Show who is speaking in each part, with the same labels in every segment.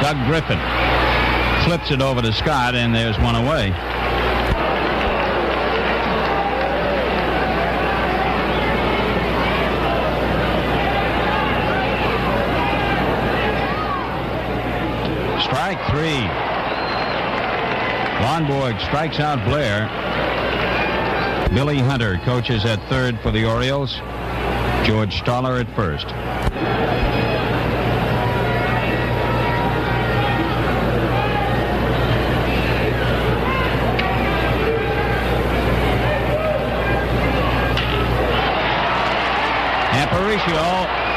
Speaker 1: Doug Griffin. Flips it over to Scott, and there's one away. Strike three. Lonborg strikes out Blair. Billy Hunter coaches at third for the Orioles. George Stoller at first. Aparicio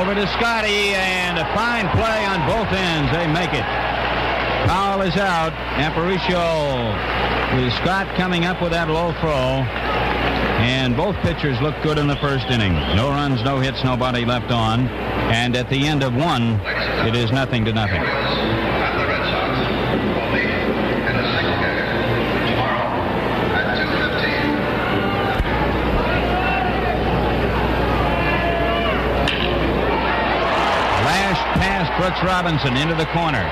Speaker 1: over to Scotty, and a fine play on both ends. They make it. Powell is out. Aparicio with Scott coming up with that low throw. And both pitchers look good in the first inning. No runs, no hits, nobody left on. And at the end of one, it is nothing to nothing. Last pass, Brooks Robinson into the corner.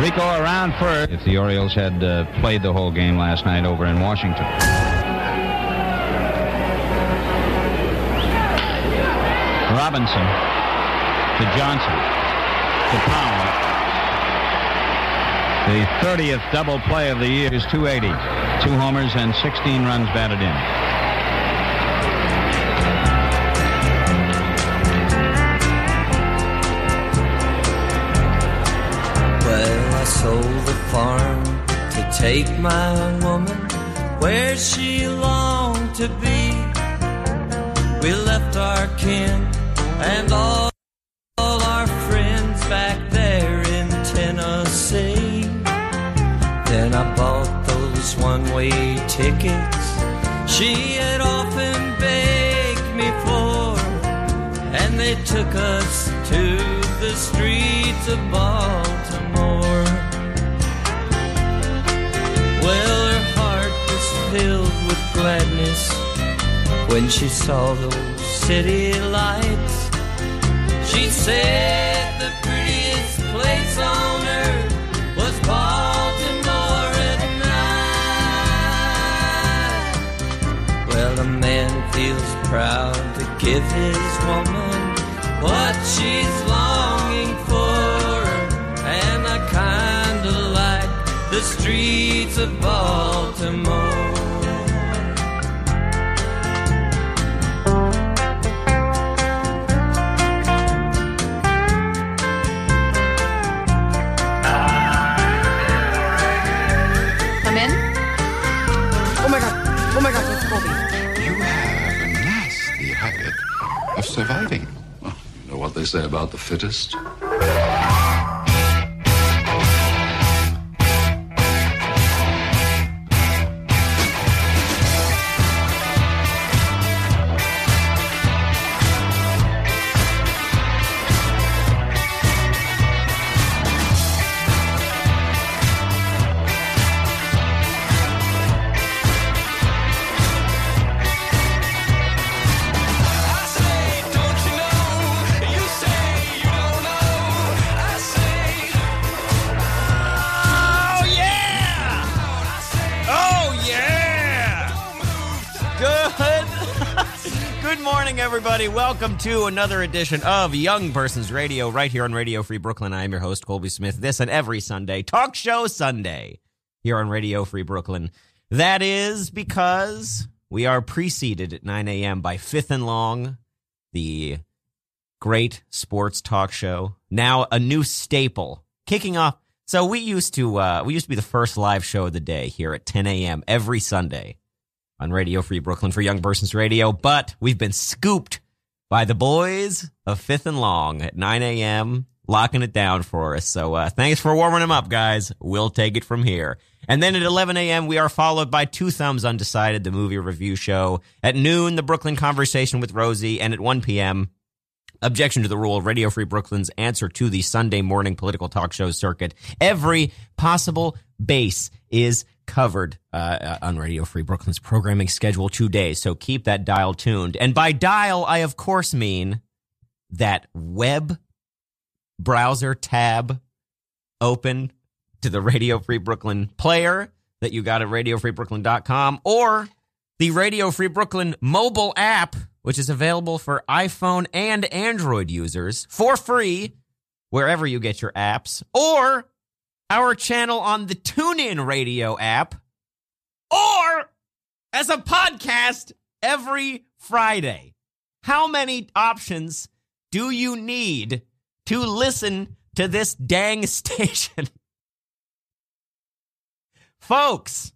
Speaker 1: Rico around first. If the Orioles had uh, played the whole game last night over in Washington. Robinson to Johnson to Powell. The 30th double play of the year is 280. Two homers and 16 runs batted in.
Speaker 2: Well, I sold the farm to take my woman where she longed to be. We left our kin and all, all our friends back there in Tennessee. Then I bought those one way tickets she had often begged me for and they took us to the streets of Baltimore. Well, her heart was filled with gladness when she saw those city lights. She said the prettiest place on earth was Baltimore at night. Well, a man feels proud to give his woman what she's longing for. And I kinda like the streets of Baltimore.
Speaker 3: Come in.
Speaker 4: Oh my god. Oh my god, that's Colby.
Speaker 5: You have a nasty habit of surviving. Well, you know what they say about the fittest?
Speaker 6: Oh yeah! Oh yeah! Good. Good morning, everybody. Welcome to another edition of Young Persons Radio, right here on Radio Free Brooklyn. I am your host, Colby Smith. This and every Sunday, Talk Show Sunday, here on Radio Free Brooklyn. That is because we are preceded at 9 a.m. by Fifth and Long, the great sports talk show. Now a new staple, kicking off. So we used to uh, we used to be the first live show of the day here at 10 a.m. every Sunday on Radio Free Brooklyn for Young Persons Radio, but we've been scooped by the boys of Fifth and Long at 9 a.m. locking it down for us. So uh, thanks for warming them up, guys. We'll take it from here. And then at 11 a.m., we are followed by Two Thumbs Undecided, the movie review show. At noon, the Brooklyn Conversation with Rosie, and at 1 p.m. Objection to the Rule, Radio Free Brooklyn's answer to the Sunday morning political talk show circuit. Every possible base is covered uh, uh, on Radio Free Brooklyn's programming schedule today, so keep that dial tuned. And by dial, I of course mean that web browser tab open to the Radio Free Brooklyn player that you got at radiofreebrooklyn.com or the Radio Free Brooklyn mobile app, which is available for iPhone and Android users for free wherever you get your apps or our channel on the TuneIn Radio app or as a podcast every Friday. How many options do you need to listen to this dang station? Folks,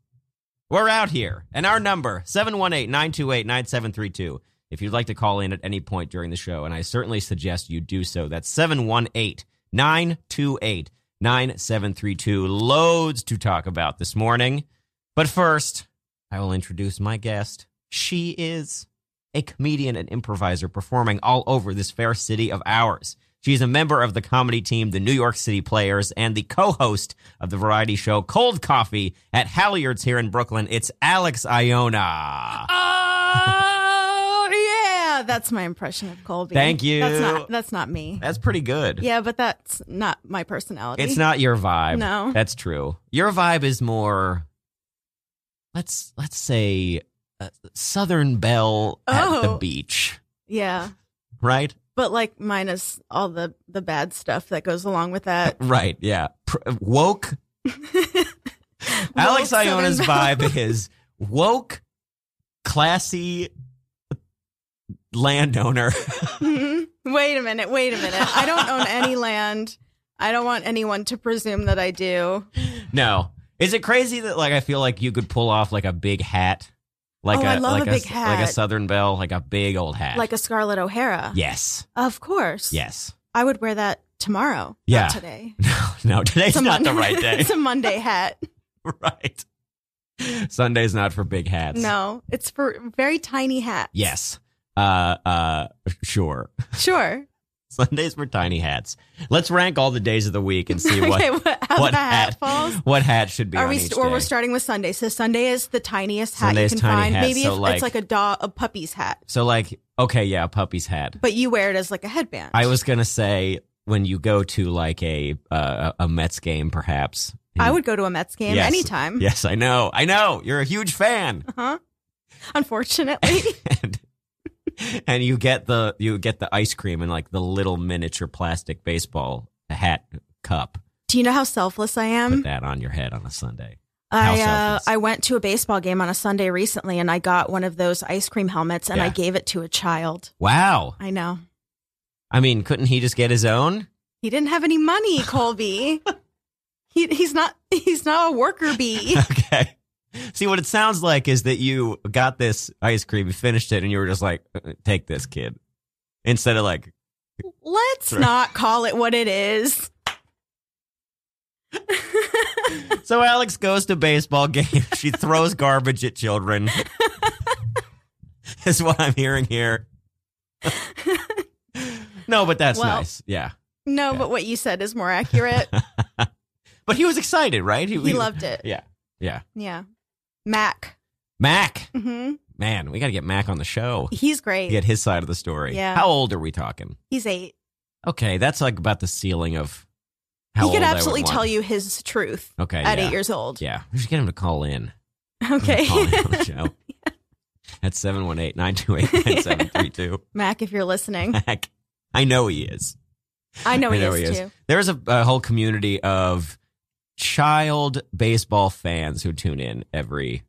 Speaker 6: we're out here. And our number 718-928-9732. If you'd like to call in at any point during the show, and I certainly suggest you do so. That's 718-928-9732. Loads to talk about this morning. But first, I will introduce my guest. She is a comedian and improviser performing all over this fair city of ours. She is a member of the comedy team, the New York City Players, and the co host of the variety show Cold Coffee at Halliards here in Brooklyn. It's Alex Iona.
Speaker 4: Oh, yeah. That's my impression of Colby.
Speaker 6: Thank you.
Speaker 4: That's not, that's not me.
Speaker 6: That's pretty good.
Speaker 4: Yeah, but that's not my personality.
Speaker 6: It's not your vibe.
Speaker 4: No.
Speaker 6: That's true. Your vibe is more, let's, let's say, uh, Southern Belle at the
Speaker 4: Oh.
Speaker 6: beach,
Speaker 4: Yeah.
Speaker 6: right?
Speaker 4: But like minus all the, the bad stuff that goes along with that.
Speaker 6: Uh, Right. Yeah. Pr- woke. Alex
Speaker 4: Woke
Speaker 6: Iona's
Speaker 4: Southern
Speaker 6: vibe is woke, classy landowner.
Speaker 4: Mhm. Wait a minute. Wait a minute. I don't own any land. I don't want anyone to presume that I do.
Speaker 6: no. Is it crazy that like I feel like you could pull off like a big hat? Like
Speaker 4: Oh,
Speaker 6: a
Speaker 4: I love
Speaker 6: like
Speaker 4: a big
Speaker 6: s-
Speaker 4: hat.
Speaker 6: like a Southern Belle, like a big old hat.
Speaker 4: Like a Scarlett O'Hara.
Speaker 6: Yes.
Speaker 4: Of course.
Speaker 6: Yes.
Speaker 4: I would wear that tomorrow.
Speaker 6: Yeah.
Speaker 4: Not today.
Speaker 6: No, no, today's
Speaker 4: It's a
Speaker 6: not the
Speaker 4: Monday-
Speaker 6: right day.
Speaker 4: it's a Monday hat.
Speaker 6: right. Sunday's not for big hats.
Speaker 4: No, it's for very tiny hats.
Speaker 6: Yes. Uh uh sure.
Speaker 4: Sure.
Speaker 6: Sundays were tiny hats. Let's rank all the days of the week and see what
Speaker 4: okay, what, how
Speaker 6: what
Speaker 4: the hat,
Speaker 6: hat,
Speaker 4: falls.
Speaker 6: what hat should be
Speaker 4: Are
Speaker 6: on
Speaker 4: we
Speaker 6: each
Speaker 4: st- or
Speaker 6: day.
Speaker 4: we're starting with Sunday. So Sunday is the tiniest hat
Speaker 6: Sunday
Speaker 4: you
Speaker 6: is
Speaker 4: can
Speaker 6: tiny
Speaker 4: find.
Speaker 6: hat,
Speaker 4: Maybe
Speaker 6: so
Speaker 4: if
Speaker 6: like-
Speaker 4: it's like a dog, a puppy's hat,
Speaker 6: so like okay, yeah, a puppy's hat.
Speaker 4: but you wear it as like a headband.
Speaker 6: I was gonna say when you go to like a uh, a Mets game, perhaps.
Speaker 4: I would go to a Mets game
Speaker 6: Yes.
Speaker 4: anytime.
Speaker 6: Yes, I know. I know. You're a huge fan,
Speaker 4: Huh? Unfortunately,
Speaker 6: and and you get the you get the ice cream and like the little miniature plastic baseball hat cup.
Speaker 4: do you know how selfless I
Speaker 6: Put
Speaker 4: am?
Speaker 6: that on your head on a Sunday. how
Speaker 4: I uh,
Speaker 6: selfless.
Speaker 4: I went to a baseball game on a Sunday recently, and I got one of those ice cream helmets, and I
Speaker 6: Yeah.
Speaker 4: gave it to a child.
Speaker 6: Wow.
Speaker 4: I know
Speaker 6: I mean, couldn't he just get his own?
Speaker 4: he didn't have any money, Colby. he, he's not he's not a worker bee.
Speaker 6: Okay. See, what it sounds like is that you got this ice cream, you finished it, and you were just like, "Uh, take this, kid. Instead of like,
Speaker 4: Let's
Speaker 6: Right.
Speaker 4: not call it what it is.
Speaker 6: so Alex goes to baseball games. She throws garbage at children, is what I'm hearing here. no, but that's
Speaker 4: Well-
Speaker 6: nice. Yeah.
Speaker 4: No,
Speaker 6: Yeah.
Speaker 4: but what you said is more accurate.
Speaker 6: But he was excited, right?
Speaker 4: he loved it.
Speaker 6: Yeah. Yeah.
Speaker 4: Yeah. Mac.
Speaker 6: Mac.
Speaker 4: hmm
Speaker 6: Man, we got to get Mac on the show.
Speaker 4: He's great.
Speaker 6: Get his side of the story.
Speaker 4: Yeah.
Speaker 6: How old are we talking?
Speaker 4: He's eight.
Speaker 6: Okay, that's like about the ceiling of how
Speaker 4: he could
Speaker 6: old I would
Speaker 4: absolutely
Speaker 6: want.
Speaker 4: tell you his truth
Speaker 6: Okay,
Speaker 4: at
Speaker 6: yeah.
Speaker 4: eight years old.
Speaker 6: Yeah, we should get him to call in.
Speaker 4: Okay.
Speaker 6: Call in on the show. At 718-928-9732.
Speaker 4: Mac, if you're listening,
Speaker 6: Heck, I know he is.
Speaker 4: I know,
Speaker 6: I
Speaker 4: he,
Speaker 6: know
Speaker 4: is,
Speaker 6: he is.
Speaker 4: too.
Speaker 6: There's a, a whole community of child baseball fans who tune in every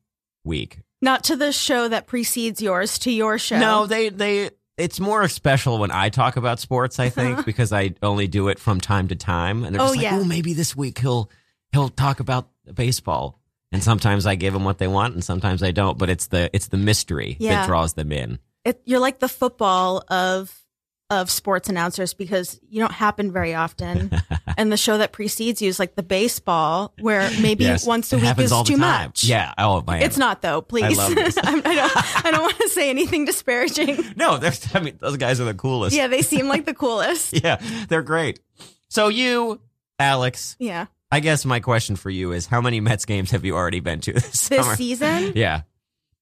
Speaker 6: week.
Speaker 4: Not to the show that precedes yours, to your show.
Speaker 6: No, they they it's more special when I talk about sports, I think, because I only do it from time to time. And they're
Speaker 4: Oh,
Speaker 6: just like,
Speaker 4: yeah.
Speaker 6: oh, maybe this week he'll he'll talk about baseball. And sometimes I give them what they want and sometimes I don't, but it's the it's the mystery that
Speaker 4: Yeah.
Speaker 6: draws them in.
Speaker 4: It- you're like the football of of sports announcers because you don't happen very often. and the show that precedes you is like the baseball, where maybe
Speaker 6: Yes,
Speaker 4: once
Speaker 6: it
Speaker 4: a week
Speaker 6: happens
Speaker 4: is
Speaker 6: all the
Speaker 4: too
Speaker 6: time.
Speaker 4: much.
Speaker 6: Yeah. Oh man.
Speaker 4: It's not though. Please,
Speaker 6: love this.
Speaker 4: I'm- I don't. I don't want to say anything disparaging.
Speaker 6: No, there's I mean those guys are the coolest.
Speaker 4: Yeah, they seem like the coolest.
Speaker 6: Yeah. They're great. So you, Alex,
Speaker 4: Yeah,
Speaker 6: I guess my question for you is how many Mets games have you already been to this,
Speaker 4: this
Speaker 6: summer?
Speaker 4: season,
Speaker 6: Yeah.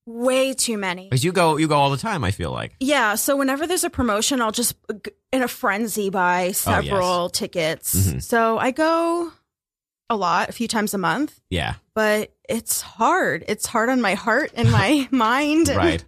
Speaker 4: way too many.
Speaker 6: Because you go you go all the time, I feel like.
Speaker 4: Yeah, so whenever there's a promotion,
Speaker 6: Oh,
Speaker 4: I'll just g- in a frenzy buy several tickets.
Speaker 6: Mhm.
Speaker 4: So I go a lot, a few times a month,
Speaker 6: Yeah.
Speaker 4: but it's hard. It's hard on my heart and my mind and
Speaker 6: Right.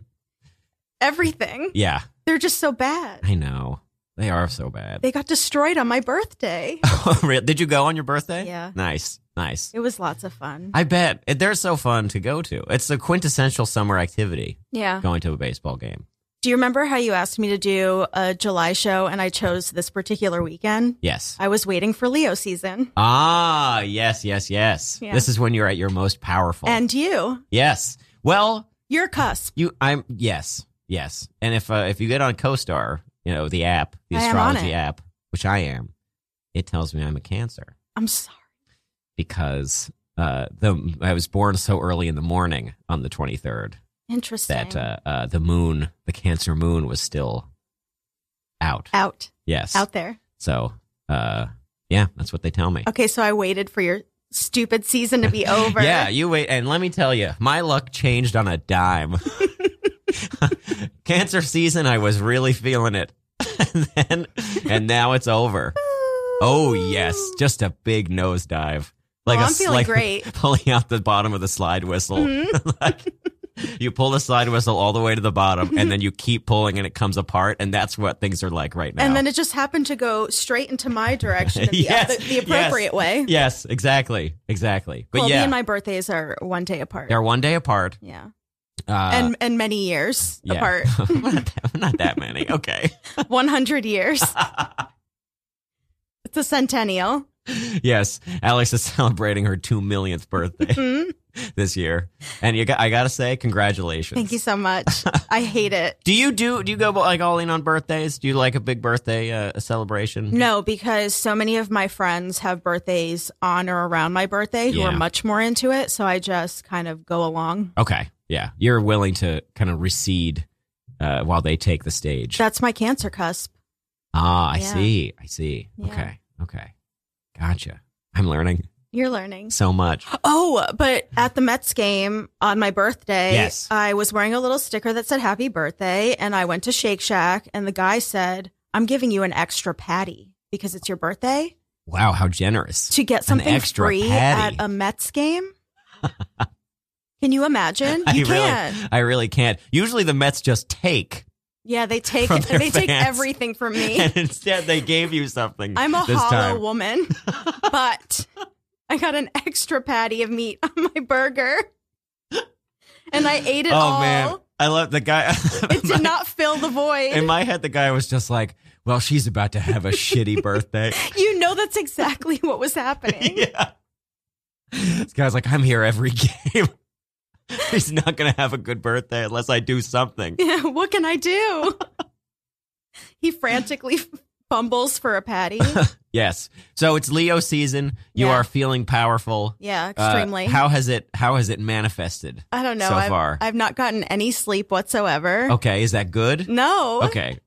Speaker 4: everything.
Speaker 6: Yeah.
Speaker 4: They're just so bad.
Speaker 6: I know. They are so bad.
Speaker 4: They got destroyed on my birthday.
Speaker 6: Real- Did you go on your birthday?
Speaker 4: Yeah.
Speaker 6: Nice. Nice.
Speaker 4: It was lots of fun.
Speaker 6: I bet. It- They're so fun to go to. It's the quintessential summer activity
Speaker 4: Yeah.
Speaker 6: going to a baseball game.
Speaker 4: Do you remember how you asked me to do a July show and I chose this particular weekend?
Speaker 6: Yes.
Speaker 4: I was waiting for Leo season.
Speaker 6: Ah, yes, yes, yes.
Speaker 4: Yeah.
Speaker 6: This is when you're at your most powerful.
Speaker 4: And you,
Speaker 6: yes. Well,
Speaker 4: your cusp.
Speaker 6: you I'm yes. Yes. And if uh, if you get on CoStar, you know, the app, the
Speaker 4: I am on
Speaker 6: astrology
Speaker 4: it.
Speaker 6: app, which I am, it tells me I'm a Cancer
Speaker 4: I'm sorry.
Speaker 6: because uh the I was born so early in the morning on the 23rd.
Speaker 4: Interesting.
Speaker 6: that uh, uh, the moon, the Cancer moon, was still out.
Speaker 4: out,
Speaker 6: Yes.
Speaker 4: out there.
Speaker 6: So, uh, yeah, that's what they tell me.
Speaker 4: Okay, so I waited for your stupid season to be over.
Speaker 6: Yeah, you wait, and let me tell you, my luck changed on a dime. cancer season, I was really feeling it, and then, and now it's over. Oh yes, just a big nosedive.
Speaker 4: Well,
Speaker 6: a
Speaker 4: I'm feeling
Speaker 6: like
Speaker 4: great.
Speaker 6: pulling out the bottom of the slide whistle.
Speaker 4: Mhm.
Speaker 6: like, you pull the slide whistle all the way to the bottom, and then you keep pulling, and it comes apart, and that's what things are like right now.
Speaker 4: And then it just happened to go straight into my direction, in the,
Speaker 6: Yes,
Speaker 4: the, the appropriate way.
Speaker 6: yes, exactly, exactly. But
Speaker 4: well, me
Speaker 6: yeah,
Speaker 4: and my birthdays are one day apart.
Speaker 6: they're one day apart,
Speaker 4: yeah,
Speaker 6: uh,
Speaker 4: and and many years
Speaker 6: yeah.
Speaker 4: apart,
Speaker 6: not, that, not that many. Okay,
Speaker 4: one hundred years. it's a centennial.
Speaker 6: yes, Alex is celebrating her two millionth birthday
Speaker 4: Mm,
Speaker 6: this year, and you got, I gotta say, congratulations.
Speaker 4: thank you so much. I hate it.
Speaker 6: Do you do do you go like all in on birthdays? Do you like a big birthday uh, celebration?
Speaker 4: No, because so many of my friends have birthdays on or around my birthday who are
Speaker 6: Yeah.
Speaker 4: much more into it. So I just kind of go along.
Speaker 6: Okay. Yeah. You're willing to kind of recede uh, while they take the stage.
Speaker 4: That's my cancer cusp.
Speaker 6: ah, I
Speaker 4: Yeah.
Speaker 6: see. I see.
Speaker 4: Yeah.
Speaker 6: Okay. Okay. Gotcha. I'm learning
Speaker 4: You're learning.
Speaker 6: so much.
Speaker 4: Oh, but at the Mets game on my birthday,
Speaker 6: Yes.
Speaker 4: I was wearing a little sticker that said happy birthday and I went to Shake Shack and the guy said, I'm giving you an extra patty because it's your birthday
Speaker 6: Wow. How generous.
Speaker 4: to get something
Speaker 6: extra
Speaker 4: free
Speaker 6: patty.
Speaker 4: at a Mets game. can you imagine? You
Speaker 6: I really,
Speaker 4: can.
Speaker 6: I really can't. Usually the Mets just take,
Speaker 4: Yeah, they take
Speaker 6: From their
Speaker 4: they take
Speaker 6: fans.
Speaker 4: everything from me.
Speaker 6: and instead they gave you something.
Speaker 4: I'm a
Speaker 6: this
Speaker 4: hollow
Speaker 6: time.
Speaker 4: woman, but I got an extra patty of meat on my burger. And I ate it
Speaker 6: Oh
Speaker 4: all.
Speaker 6: man, I love the guy.
Speaker 4: It did not fill the
Speaker 6: In
Speaker 4: void.
Speaker 6: my head, the guy was just like, "Well, she's about to have a shitty birthday."
Speaker 4: you know that's exactly what was happening.
Speaker 6: yeah. This guy's like, I'm here every game. He's not going to have a good birthday unless I do something.
Speaker 4: Yeah, what can I do? he frantically fumbles for a patty.
Speaker 6: Yes. So it's Leo season. You
Speaker 4: Yeah.
Speaker 6: are feeling powerful.
Speaker 4: Yeah,
Speaker 6: Uh,
Speaker 4: extremely.
Speaker 6: how has it how has it manifested?
Speaker 4: I don't know.
Speaker 6: so
Speaker 4: I've,
Speaker 6: far?
Speaker 4: I've not gotten any sleep whatsoever.
Speaker 6: Okay, is that good?
Speaker 4: No.
Speaker 6: Okay.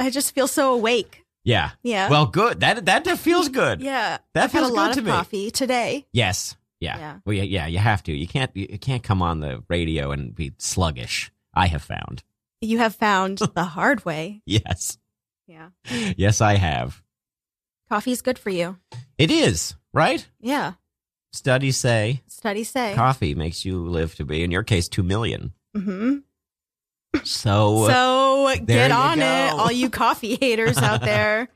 Speaker 4: I just feel so awake.
Speaker 6: Yeah.
Speaker 4: Yeah.
Speaker 6: Well, good. That that feels good.
Speaker 4: yeah.
Speaker 6: That
Speaker 4: I've
Speaker 6: feels
Speaker 4: had a
Speaker 6: good
Speaker 4: lot
Speaker 6: to
Speaker 4: of
Speaker 6: me.
Speaker 4: coffee today.
Speaker 6: Yes. Yeah.
Speaker 4: Yeah.
Speaker 6: Well, yeah, yeah, you have to. You can't you can't come on the radio and be sluggish. I have found.
Speaker 4: You have found the hard way.
Speaker 6: Yes.
Speaker 4: Yeah.
Speaker 6: Yes, I have.
Speaker 4: Coffee's good for you.
Speaker 6: It is, right?
Speaker 4: Yeah.
Speaker 6: Studies say
Speaker 4: Studies say.
Speaker 6: coffee makes you live to be in your case 2 million
Speaker 4: hmm
Speaker 6: so,
Speaker 4: So
Speaker 6: there
Speaker 4: get
Speaker 6: you
Speaker 4: on it,
Speaker 6: go.
Speaker 4: all you coffee haters out there.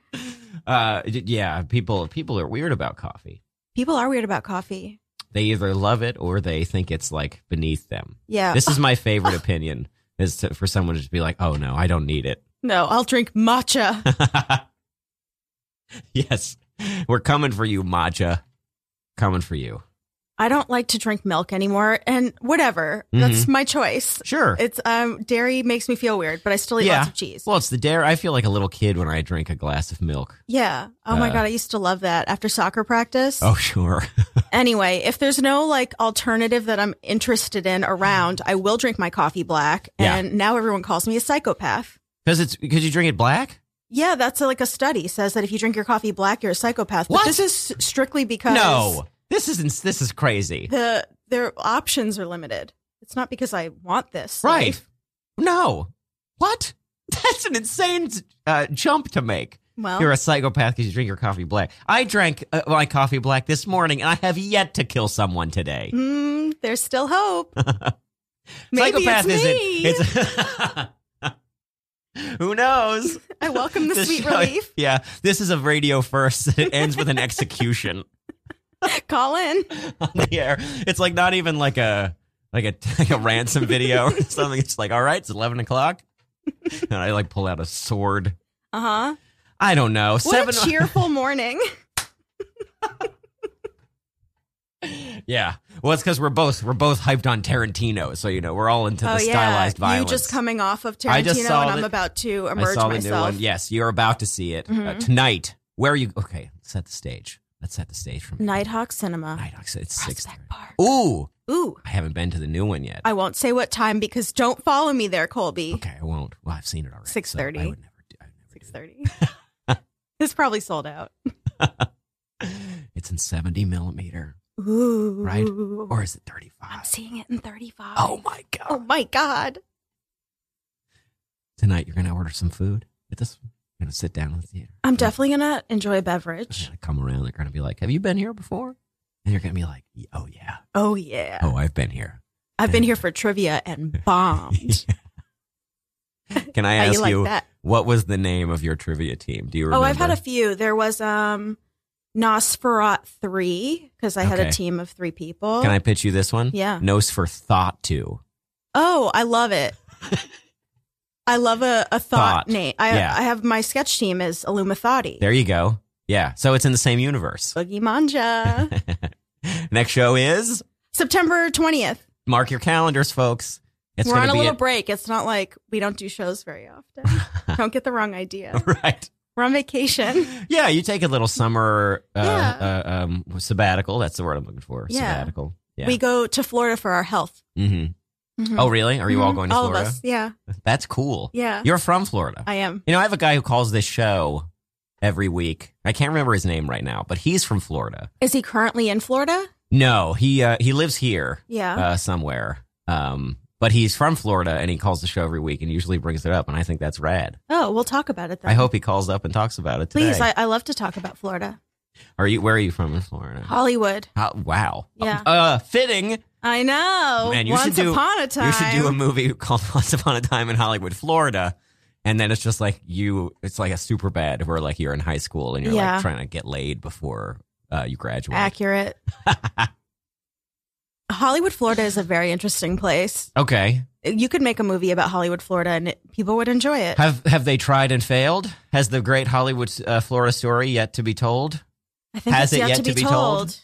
Speaker 6: uh y- yeah people people are weird about coffee
Speaker 4: People are weird about coffee.
Speaker 6: they either love it or they think it's like beneath them
Speaker 4: Yeah.
Speaker 6: this is my favorite opinion is to, for someone to just be like oh no i don't need it
Speaker 4: no, I'll drink matcha.
Speaker 6: yes we're coming for you matcha coming for you
Speaker 4: I don't like to drink milk anymore, and whatever. That's my choice.
Speaker 6: Mm-hmm. sure
Speaker 4: It's um dairy makes me feel weird, but I still eat
Speaker 6: Yeah.
Speaker 4: lots of cheese.
Speaker 6: well it's the dare i feel like a little kid when i drink a glass of milk
Speaker 4: yeah. Oh my
Speaker 6: Uh,
Speaker 4: god, I used to love that after soccer practice.
Speaker 6: oh sure
Speaker 4: Anyway, if there's no like alternative that I'm interested in around, I will drink my coffee black.
Speaker 6: Yeah.
Speaker 4: And now everyone calls me a psychopath.
Speaker 6: because it's because you drink it black
Speaker 4: Yeah, that's like a study says that if you drink your coffee black, you're a psychopath.
Speaker 6: What?
Speaker 4: But this is strictly because
Speaker 6: no this isn't this is crazy
Speaker 4: the their options are limited. It's not because I want this.
Speaker 6: Right.
Speaker 4: life.
Speaker 6: No. What? That's an insane uh, jump to make.
Speaker 4: Well,
Speaker 6: You're a psychopath because you drink your coffee black. I drank uh, my coffee black this morning, and I have yet to kill someone today.
Speaker 4: mm, there's still hope. Maybe
Speaker 6: Psychopath
Speaker 4: it's
Speaker 6: isn't.
Speaker 4: me.
Speaker 6: It's who knows.
Speaker 4: I welcome the
Speaker 6: This
Speaker 4: sweet
Speaker 6: show-
Speaker 4: relief.
Speaker 6: Yeah, this is a radio first. It ends with an execution
Speaker 4: Call in.
Speaker 6: on the air. It's like not even like a like a like a ransom video or something. It's like all right, it's eleven o'clock, and I like pull out a sword.
Speaker 4: Uh huh.
Speaker 6: I don't know.
Speaker 4: What
Speaker 6: Seven.
Speaker 4: a cheerful morning.
Speaker 6: yeah. Well, it's because we're both we're both hyped on Tarantino, so you know we're all into the
Speaker 4: oh yeah,
Speaker 6: stylized violence.
Speaker 4: you just coming off of
Speaker 6: I just
Speaker 4: Tarantino, and
Speaker 6: saw
Speaker 4: I'm
Speaker 6: the-
Speaker 4: about to emerge
Speaker 6: I saw the
Speaker 4: myself.
Speaker 6: new one. Yes, you're about to see it uh,
Speaker 4: Mhm.
Speaker 6: tonight. Where are you? Okay, set the stage. Let's set the stage for me.
Speaker 4: Nighthawk Cinema,
Speaker 6: Night Ox. It's six.
Speaker 4: Prospect Park.
Speaker 6: Ooh,
Speaker 4: Ooh,
Speaker 6: I haven't been to the new one yet.
Speaker 4: I won't say what time because don't follow me there, Colby.
Speaker 6: okay, I won't. Well, I've seen it already. so
Speaker 4: 6:30.
Speaker 6: I would never do. I would never
Speaker 4: Six thirty. it's probably sold out.
Speaker 6: do- It's in seventy millimeter,
Speaker 4: Ooh,
Speaker 6: Right? or is it
Speaker 4: I'm
Speaker 6: thirty-five?
Speaker 4: seeing it in thirty-five.
Speaker 6: Oh my god!
Speaker 4: Oh my god.
Speaker 6: Tonight you're gonna order some food at this. You're gonna sit down in the theater.
Speaker 4: I'm
Speaker 6: You're gonna-
Speaker 4: definitely gonna enjoy a
Speaker 6: They're
Speaker 4: beverage.
Speaker 6: gonna come around. They're gonna be like, "Have you been here before?" And you're gonna be like, "Y- "Oh yeah,
Speaker 4: Oh yeah.
Speaker 6: oh I've been here."
Speaker 4: I've been here for trivia and bombed.
Speaker 6: Can I
Speaker 4: How
Speaker 6: ask
Speaker 4: you like
Speaker 6: you
Speaker 4: that?
Speaker 6: what was the name of your trivia team? Do you
Speaker 4: Oh,
Speaker 6: remember?
Speaker 4: I've had a few. There was um Nosferat three because I had
Speaker 6: Okay.
Speaker 4: a team of three people.
Speaker 6: Can I pitch you this one?
Speaker 4: Yeah.
Speaker 6: Nose for thought to.
Speaker 4: Oh, I love it. I love a, a thought,
Speaker 6: Thought.
Speaker 4: name. I
Speaker 6: Yeah.
Speaker 4: I have my sketch team is Illumathati.
Speaker 6: There you go. Yeah. So it's in the same universe.
Speaker 4: Boogie Manja.
Speaker 6: Next show is
Speaker 4: September twentieth.
Speaker 6: mark your calendars, folks. It's
Speaker 4: We're on
Speaker 6: gonna
Speaker 4: a
Speaker 6: be
Speaker 4: little
Speaker 6: at-
Speaker 4: break. It's not like we don't do shows very often. don't get the wrong idea.
Speaker 6: right.
Speaker 4: We're on vacation.
Speaker 6: Yeah, you take a little summer uh,
Speaker 4: Yeah.
Speaker 6: uh, um, sabbatical. That's the word I'm looking for.
Speaker 4: Yeah.
Speaker 6: Sabbatical. Yeah.
Speaker 4: We go to Florida for our health.
Speaker 6: hmm
Speaker 4: Mhm.
Speaker 6: Oh, really? Are you all
Speaker 4: Mhm.
Speaker 6: going to
Speaker 4: all
Speaker 6: Florida?
Speaker 4: of us. Yeah.
Speaker 6: That's cool.
Speaker 4: Yeah.
Speaker 6: You're from Florida.
Speaker 4: I am.
Speaker 6: You know, I have a guy who calls this show every week. I can't remember his name right now, but he's from Florida.
Speaker 4: Is he currently in Florida?
Speaker 6: No, he uh, he lives here
Speaker 4: Yeah.
Speaker 6: uh, somewhere, um, but he's from Florida and he calls the show every week and usually brings it up, and I think that's rad.
Speaker 4: oh, we'll talk about it then.
Speaker 6: I hope he calls up and talks about it today.
Speaker 4: Please, I, I love to talk about Florida.
Speaker 6: are you where are you from in Florida?
Speaker 4: Hollywood.
Speaker 6: How, wow.
Speaker 4: Yeah.
Speaker 6: Uh, fitting.
Speaker 4: I know.
Speaker 6: Man, you
Speaker 4: Once
Speaker 6: should do-
Speaker 4: upon a time.
Speaker 6: You should do a movie called Once Upon a Time in Hollywood, Florida. And then it's just like you, it's like a super bad where like you're in high school and you're
Speaker 4: Yeah.
Speaker 6: like trying to get laid before uh, you graduate.
Speaker 4: accurate. Hollywood, Florida is a very interesting place.
Speaker 6: Okay.
Speaker 4: You could make a movie about Hollywood, Florida, and it, people would enjoy it.
Speaker 6: Have have they tried and failed? Has the great Hollywood uh, Florida story yet to be told?
Speaker 4: I think
Speaker 6: has
Speaker 4: it's
Speaker 6: it
Speaker 4: yet, to be, told.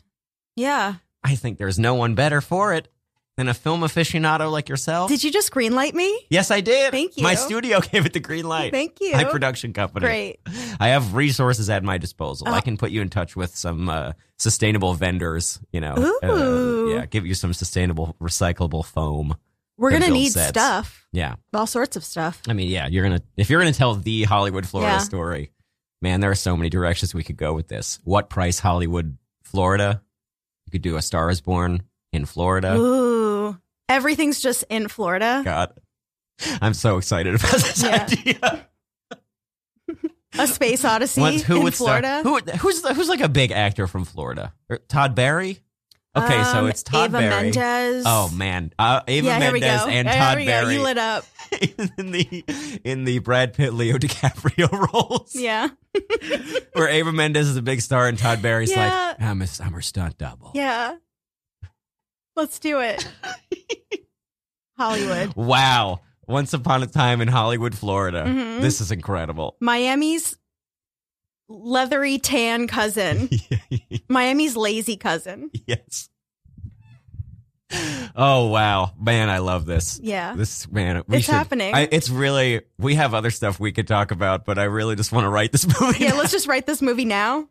Speaker 4: Yeah.
Speaker 6: I think there's no one better for it than a film aficionado like yourself.
Speaker 4: Did you just greenlight me?
Speaker 6: yes, I did.
Speaker 4: Thank you.
Speaker 6: My studio gave it the green light.
Speaker 4: Thank you.
Speaker 6: My production company.
Speaker 4: Great.
Speaker 6: I have resources at my disposal.
Speaker 4: Oh.
Speaker 6: I can put you in touch with some uh, sustainable vendors. You know, uh,
Speaker 4: Ooh.
Speaker 6: yeah, give you some sustainable recyclable foam.
Speaker 4: We're
Speaker 6: Them
Speaker 4: gonna
Speaker 6: build
Speaker 4: need
Speaker 6: sets.
Speaker 4: stuff,
Speaker 6: Yeah,
Speaker 4: all sorts of stuff.
Speaker 6: I mean, yeah, you're gonna if you're gonna tell the Hollywood Florida
Speaker 4: Yeah.
Speaker 6: story, man, there are so many directions we could go with this. What price Hollywood Florida? You could do a Star Is Born in Florida.
Speaker 4: Ooh, everything's just in Florida.
Speaker 6: God, I'm so excited about this
Speaker 4: Yeah.
Speaker 6: idea.
Speaker 4: A space odyssey
Speaker 6: What- who
Speaker 4: in
Speaker 6: would star-
Speaker 4: Florida.
Speaker 6: who would- who's the- who's like a big actor from Florida? Or Todd Barry. Okay, so
Speaker 4: Um,
Speaker 6: it's Todd
Speaker 4: Ava
Speaker 6: Barry.
Speaker 4: Mendez.
Speaker 6: Oh man, uh, Ava
Speaker 4: yeah, here we go.
Speaker 6: Mendez and
Speaker 4: Yeah,
Speaker 6: Todd
Speaker 4: here we go.
Speaker 6: Barry
Speaker 4: You lit up.
Speaker 6: in the in the Brad Pitt Leo DiCaprio roles,
Speaker 4: Yeah,
Speaker 6: where Ava Mendez is a big star and Todd Barry's
Speaker 4: Yeah.
Speaker 6: like, I'm a, I'm her stunt double.
Speaker 4: yeah. Let's do it. Hollywood.
Speaker 6: Wow. Once upon a time in Hollywood, Florida.
Speaker 4: Mhm.
Speaker 6: This is incredible.
Speaker 4: Miami's leathery tan cousin. Miami's lazy cousin.
Speaker 6: yes. Oh wow, man, I love this.
Speaker 4: Yeah.
Speaker 6: This man, we
Speaker 4: It's
Speaker 6: should-
Speaker 4: happening.
Speaker 6: I, it's really. We have other stuff we could talk about, but I really just want to write this movie.
Speaker 4: Yeah, let's just write this movie now.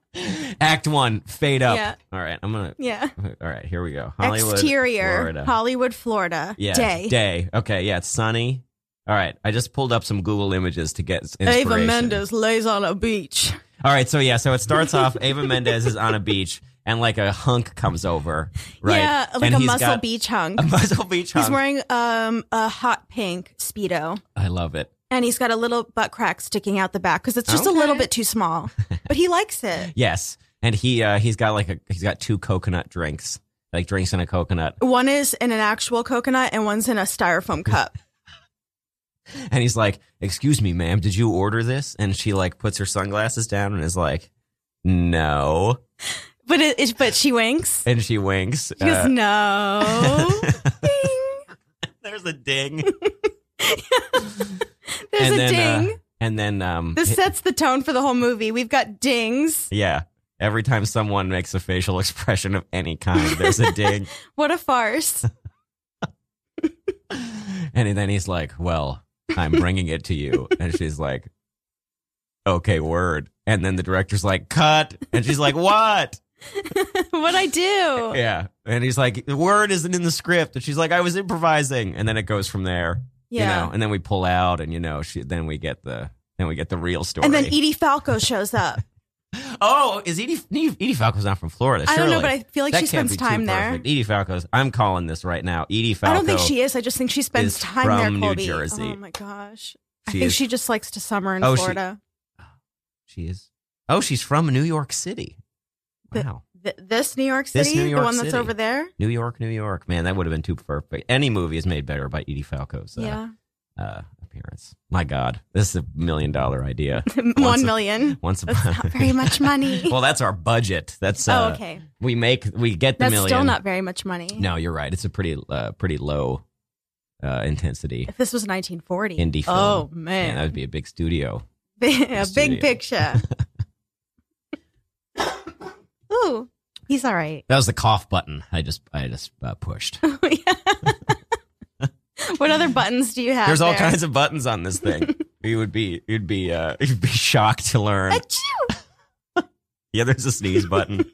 Speaker 6: Act one, fade up.
Speaker 4: Yeah.
Speaker 6: All right, I'm gonna.
Speaker 4: Yeah.
Speaker 6: All right, here we go. Hollywood,
Speaker 4: Exterior.
Speaker 6: Florida.
Speaker 4: Hollywood, Florida.
Speaker 6: yeah,
Speaker 4: Day.
Speaker 6: Day. Okay, yeah, it's sunny. All right, I just pulled up some Google images to get inspiration.
Speaker 4: Ava Mendes lays on a beach.
Speaker 6: All right, so yeah, so it starts off. Ava Mendez is on a beach, and like a hunk comes over, right?
Speaker 4: Yeah, like
Speaker 6: And
Speaker 4: a
Speaker 6: he's
Speaker 4: muscle
Speaker 6: got
Speaker 4: beach hunk.
Speaker 6: A muscle beach.
Speaker 4: He's
Speaker 6: hunk.
Speaker 4: wearing um a hot pink speedo.
Speaker 6: I love it.
Speaker 4: and he's got a little butt crack sticking out the back because it's just a little bit too small. But he likes it.
Speaker 6: Yes, and he uh, he's got like a he's got two coconut drinks, like drinks in a coconut,
Speaker 4: One is in an actual coconut and one's in a styrofoam cup.
Speaker 6: and he's like, "Excuse me, ma'am, did you order this?" And she like puts her sunglasses down and is like, "No,"
Speaker 4: But it, it but she winks.
Speaker 6: and she winks.
Speaker 4: She goes,
Speaker 6: Uh,
Speaker 4: no. ding.
Speaker 6: There's a ding.
Speaker 4: There's
Speaker 6: and
Speaker 4: a
Speaker 6: then,
Speaker 4: ding.
Speaker 6: uh, and then um,
Speaker 4: this sets the tone for the whole movie. We've got dings.
Speaker 6: yeah. Every time someone makes a facial expression of any kind, there's a ding.
Speaker 4: What a farce.
Speaker 6: And then he's like, "Well, I'm bringing it to you," and she's like, "Okay, word." And then the director's like, "Cut," and she's like, "What?"
Speaker 4: what I do.
Speaker 6: Yeah, and he's like, "The word isn't in the script," and she's like, "I was improvising," and then it goes from there.
Speaker 4: Yeah.
Speaker 6: you know, and then we pull out, and you know, she, then we get the then we get the real story.
Speaker 4: and then Edie Falco shows up.
Speaker 6: oh, is Edie Edie, Edie Falco's not from Florida?
Speaker 4: I don't know,
Speaker 6: surely.
Speaker 4: but I feel like
Speaker 6: That
Speaker 4: she
Speaker 6: can't
Speaker 4: spends
Speaker 6: be too
Speaker 4: time there.
Speaker 6: perfect. Edie Falco's. I'm calling this right now. Edie Falco.
Speaker 4: I don't think she is. I just think she spends
Speaker 6: is
Speaker 4: time there,
Speaker 6: from New
Speaker 4: Colby.
Speaker 6: Jersey.
Speaker 4: Oh my gosh. I
Speaker 6: She
Speaker 4: think
Speaker 6: is-
Speaker 4: she just likes to summer in
Speaker 6: Oh, she-
Speaker 4: Florida.
Speaker 6: She is. Oh, she's from New York City.
Speaker 4: The-
Speaker 6: Wow.
Speaker 4: Th- this New York City,
Speaker 6: This New York
Speaker 4: the one that's
Speaker 6: City.
Speaker 4: over there.
Speaker 6: New York, New York. Man, that would have been too perfect. Any movie is made better by Edie Falco's uh,
Speaker 4: yeah.
Speaker 6: uh, appearance. My God, this is a million dollar idea. once
Speaker 4: one
Speaker 6: a-
Speaker 4: million.
Speaker 6: Once upon
Speaker 4: That's not very much money.
Speaker 6: well, that's our budget. That's uh,
Speaker 4: oh, okay.
Speaker 6: We make we get the
Speaker 4: That's
Speaker 6: million.
Speaker 4: still not very much money.
Speaker 6: No, you're right. It's a pretty uh, pretty low uh, intensity.
Speaker 4: If this was 1940.
Speaker 6: Indie film.
Speaker 4: Oh,
Speaker 6: Man, that
Speaker 4: man.
Speaker 6: would be a big studio.
Speaker 4: a
Speaker 6: studio.
Speaker 4: big picture. Ooh, he's all right.
Speaker 6: That was the cough button. I just I just uh, pushed.
Speaker 4: what other buttons do you have?
Speaker 6: There's all
Speaker 4: there?
Speaker 6: kinds of buttons on this thing. you would be you'd be uh, you'd be shocked to learn.
Speaker 4: Achoo!
Speaker 6: Yeah, there's a sneeze button.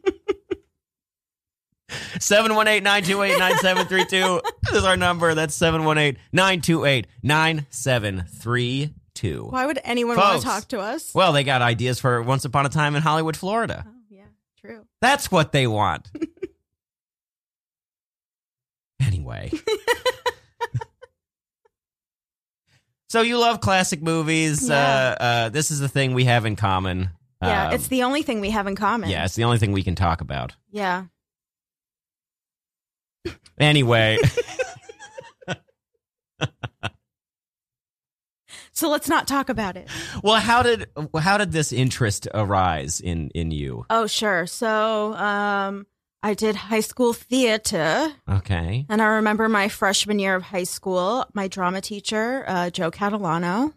Speaker 6: 718-928-9732 is our number. That's 718-928-9732.
Speaker 4: Why would anyone want
Speaker 6: Folks.
Speaker 4: to talk to us?
Speaker 6: Well, they got ideas for Once Upon a Time in Hollywood, Florida.
Speaker 4: Oh, yeah, true.
Speaker 6: That's what they want. anyway. so you love classic movies.
Speaker 4: Yeah.
Speaker 6: Uh, uh, this is the thing we have in common.
Speaker 4: Yeah,
Speaker 6: Um,
Speaker 4: it's the only thing we have in common.
Speaker 6: yeah, it's the only thing we can talk about.
Speaker 4: Yeah.
Speaker 6: Anyway,
Speaker 4: So let's not talk about it.
Speaker 6: well, how did how did this interest arise in in you?
Speaker 4: Oh, sure. So, um, I did high school theater.
Speaker 6: Okay,
Speaker 4: And I remember my freshman year of high school, my drama teacher, uh, Joe Catalano,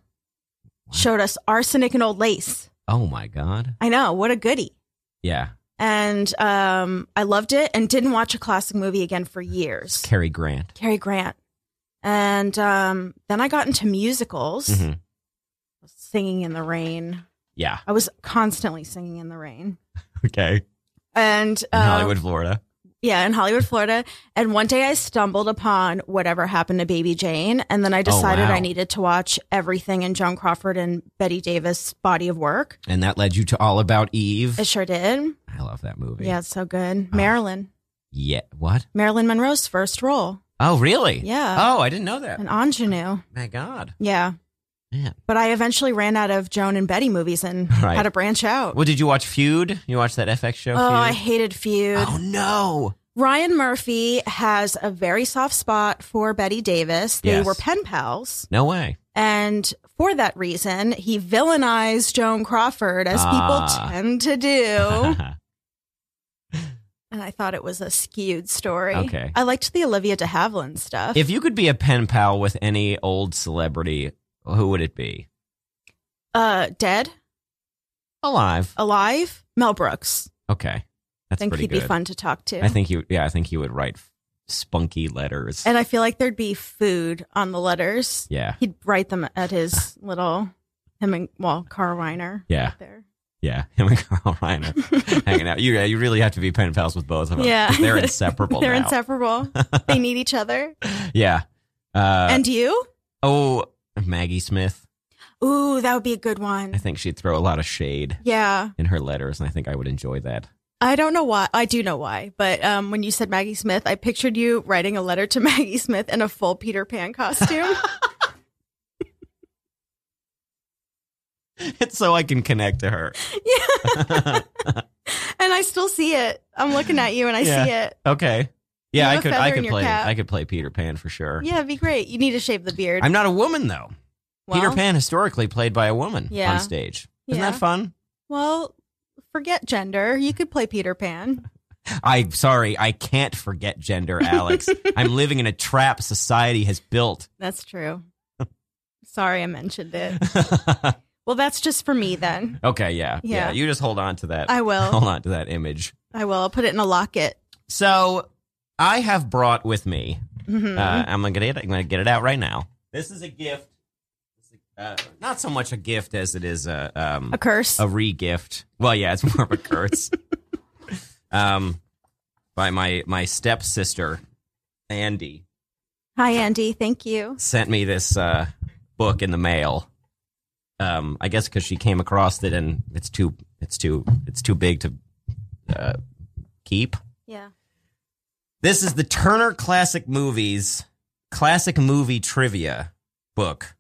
Speaker 4: showed us Arsenic and Old Lace.
Speaker 6: oh my god,
Speaker 4: I know, what a goodie.
Speaker 6: yeah,
Speaker 4: And um, I loved it and didn't watch a classic movie again for years.
Speaker 6: Cary Grant.
Speaker 4: Cary Grant. And um, then I got into musicals,
Speaker 6: Mhm.
Speaker 4: singing in the rain.
Speaker 6: Yeah,
Speaker 4: I was constantly singing in the rain.
Speaker 6: okay,
Speaker 4: And
Speaker 6: in
Speaker 4: um,
Speaker 6: Hollywood, Florida.
Speaker 4: Yeah, in Hollywood, Florida. And one day I stumbled upon whatever happened to Baby Jane. And then I decided
Speaker 6: Oh, wow.
Speaker 4: I needed to watch everything in Joan Crawford and Betty Davis' body of work.
Speaker 6: And that led you to All About Eve.
Speaker 4: It sure did.
Speaker 6: I love that movie.
Speaker 4: Yeah, it's so good. Marilyn.
Speaker 6: Yeah. What?
Speaker 4: Marilyn Monroe's first role,
Speaker 6: Oh, really?
Speaker 4: Yeah.
Speaker 6: Oh, I didn't know that.
Speaker 4: an ingenue.
Speaker 6: My God.
Speaker 4: Yeah.
Speaker 6: Man.
Speaker 4: But I eventually ran out of Joan and Betty movies and
Speaker 6: Right.
Speaker 4: had to branch out.
Speaker 6: Well, did you watch Feud? You watched that FX show?
Speaker 4: oh, I
Speaker 6: Feud?
Speaker 4: hated Feud.
Speaker 6: Oh no.
Speaker 4: Ryan Murphy has a very soft spot for Betty Davis. They
Speaker 6: Yes.
Speaker 4: were pen pals.
Speaker 6: No way.
Speaker 4: And for that reason, he villainized Joan Crawford, as
Speaker 6: Ah.
Speaker 4: people tend to do. and I thought it was a skewed story.
Speaker 6: Okay.
Speaker 4: I liked the Olivia de Havilland stuff.
Speaker 6: if you could be a pen pal with any old celebrity, who would it be?
Speaker 4: uh, dead,
Speaker 6: Alive.
Speaker 4: alive, Mel Brooks.
Speaker 6: Okay. That's
Speaker 4: I think
Speaker 6: pretty
Speaker 4: he'd
Speaker 6: good.
Speaker 4: be fun to talk to.
Speaker 6: I think you yeah, I think you would write spunky letters.
Speaker 4: and I feel like there'd be food on the letters.
Speaker 6: yeah.
Speaker 4: He'd write them at his little, him and, well, Carl Reiner.
Speaker 6: Yeah.
Speaker 4: out There.
Speaker 6: Yeah. Him and Carl Reiner hanging out. You yeah, you really have to be pen pals with both of them.
Speaker 4: Yeah.
Speaker 6: They're inseparable.
Speaker 4: They're
Speaker 6: now.
Speaker 4: inseparable. they need each other.
Speaker 6: Yeah. Uh,
Speaker 4: and you?
Speaker 6: oh, Maggie Smith.
Speaker 4: Ooh, that would be a good
Speaker 6: I
Speaker 4: one.
Speaker 6: think she'd throw a lot of shade
Speaker 4: Yeah.
Speaker 6: in her letters, and I think I would enjoy that.
Speaker 4: I don't know why. I do know why, but um, when you said Maggie Smith, I pictured you writing a letter to Maggie Smith in a full Peter Pan costume.
Speaker 6: it's so I can connect to her.
Speaker 4: and I still see it. I'm looking at you and I
Speaker 6: Yeah.
Speaker 4: see it.
Speaker 6: Okay. Yeah,
Speaker 4: You
Speaker 6: I
Speaker 4: have a
Speaker 6: could I
Speaker 4: feather
Speaker 6: could
Speaker 4: in your
Speaker 6: play
Speaker 4: cap.
Speaker 6: I could play Peter Pan for sure.
Speaker 4: Yeah, it'd be great. You need to shave the beard.
Speaker 6: I'm not a woman though.
Speaker 4: well,
Speaker 6: Peter Pan historically played by a woman
Speaker 4: Yeah.
Speaker 6: on stage. Isn't
Speaker 4: Yeah.
Speaker 6: that fun?
Speaker 4: Well, forget gender. You could play Peter Pan.
Speaker 6: I sorry, I can't forget gender, Alex. I'm living in a trap society has built.
Speaker 4: That's true. Sorry, I mentioned it. Well, that's just for me then.
Speaker 6: okay, yeah, yeah.
Speaker 4: Yeah.
Speaker 6: You just hold on to that.
Speaker 4: I will.
Speaker 6: Hold on to that image.
Speaker 4: I will. I'll put it in a locket.
Speaker 6: So I have brought with me.
Speaker 4: Mhm.
Speaker 6: Uh, I'm gonna get it. I'm gonna get it out right now. This is a gift. This is a- Uh, not so much a gift as it is a um,
Speaker 4: a curse.
Speaker 6: a re-gift. Well, yeah, it's more of a curse. um, by my my stepsister, Andy,
Speaker 4: Hi, Andy. Thank you.
Speaker 6: sent me this uh, book in the mail. Um, I guess because she came across it and it's too it's too it's too big to uh, keep.
Speaker 4: Yeah.
Speaker 6: This is the Turner Classic Movies Classic Movie Trivia book,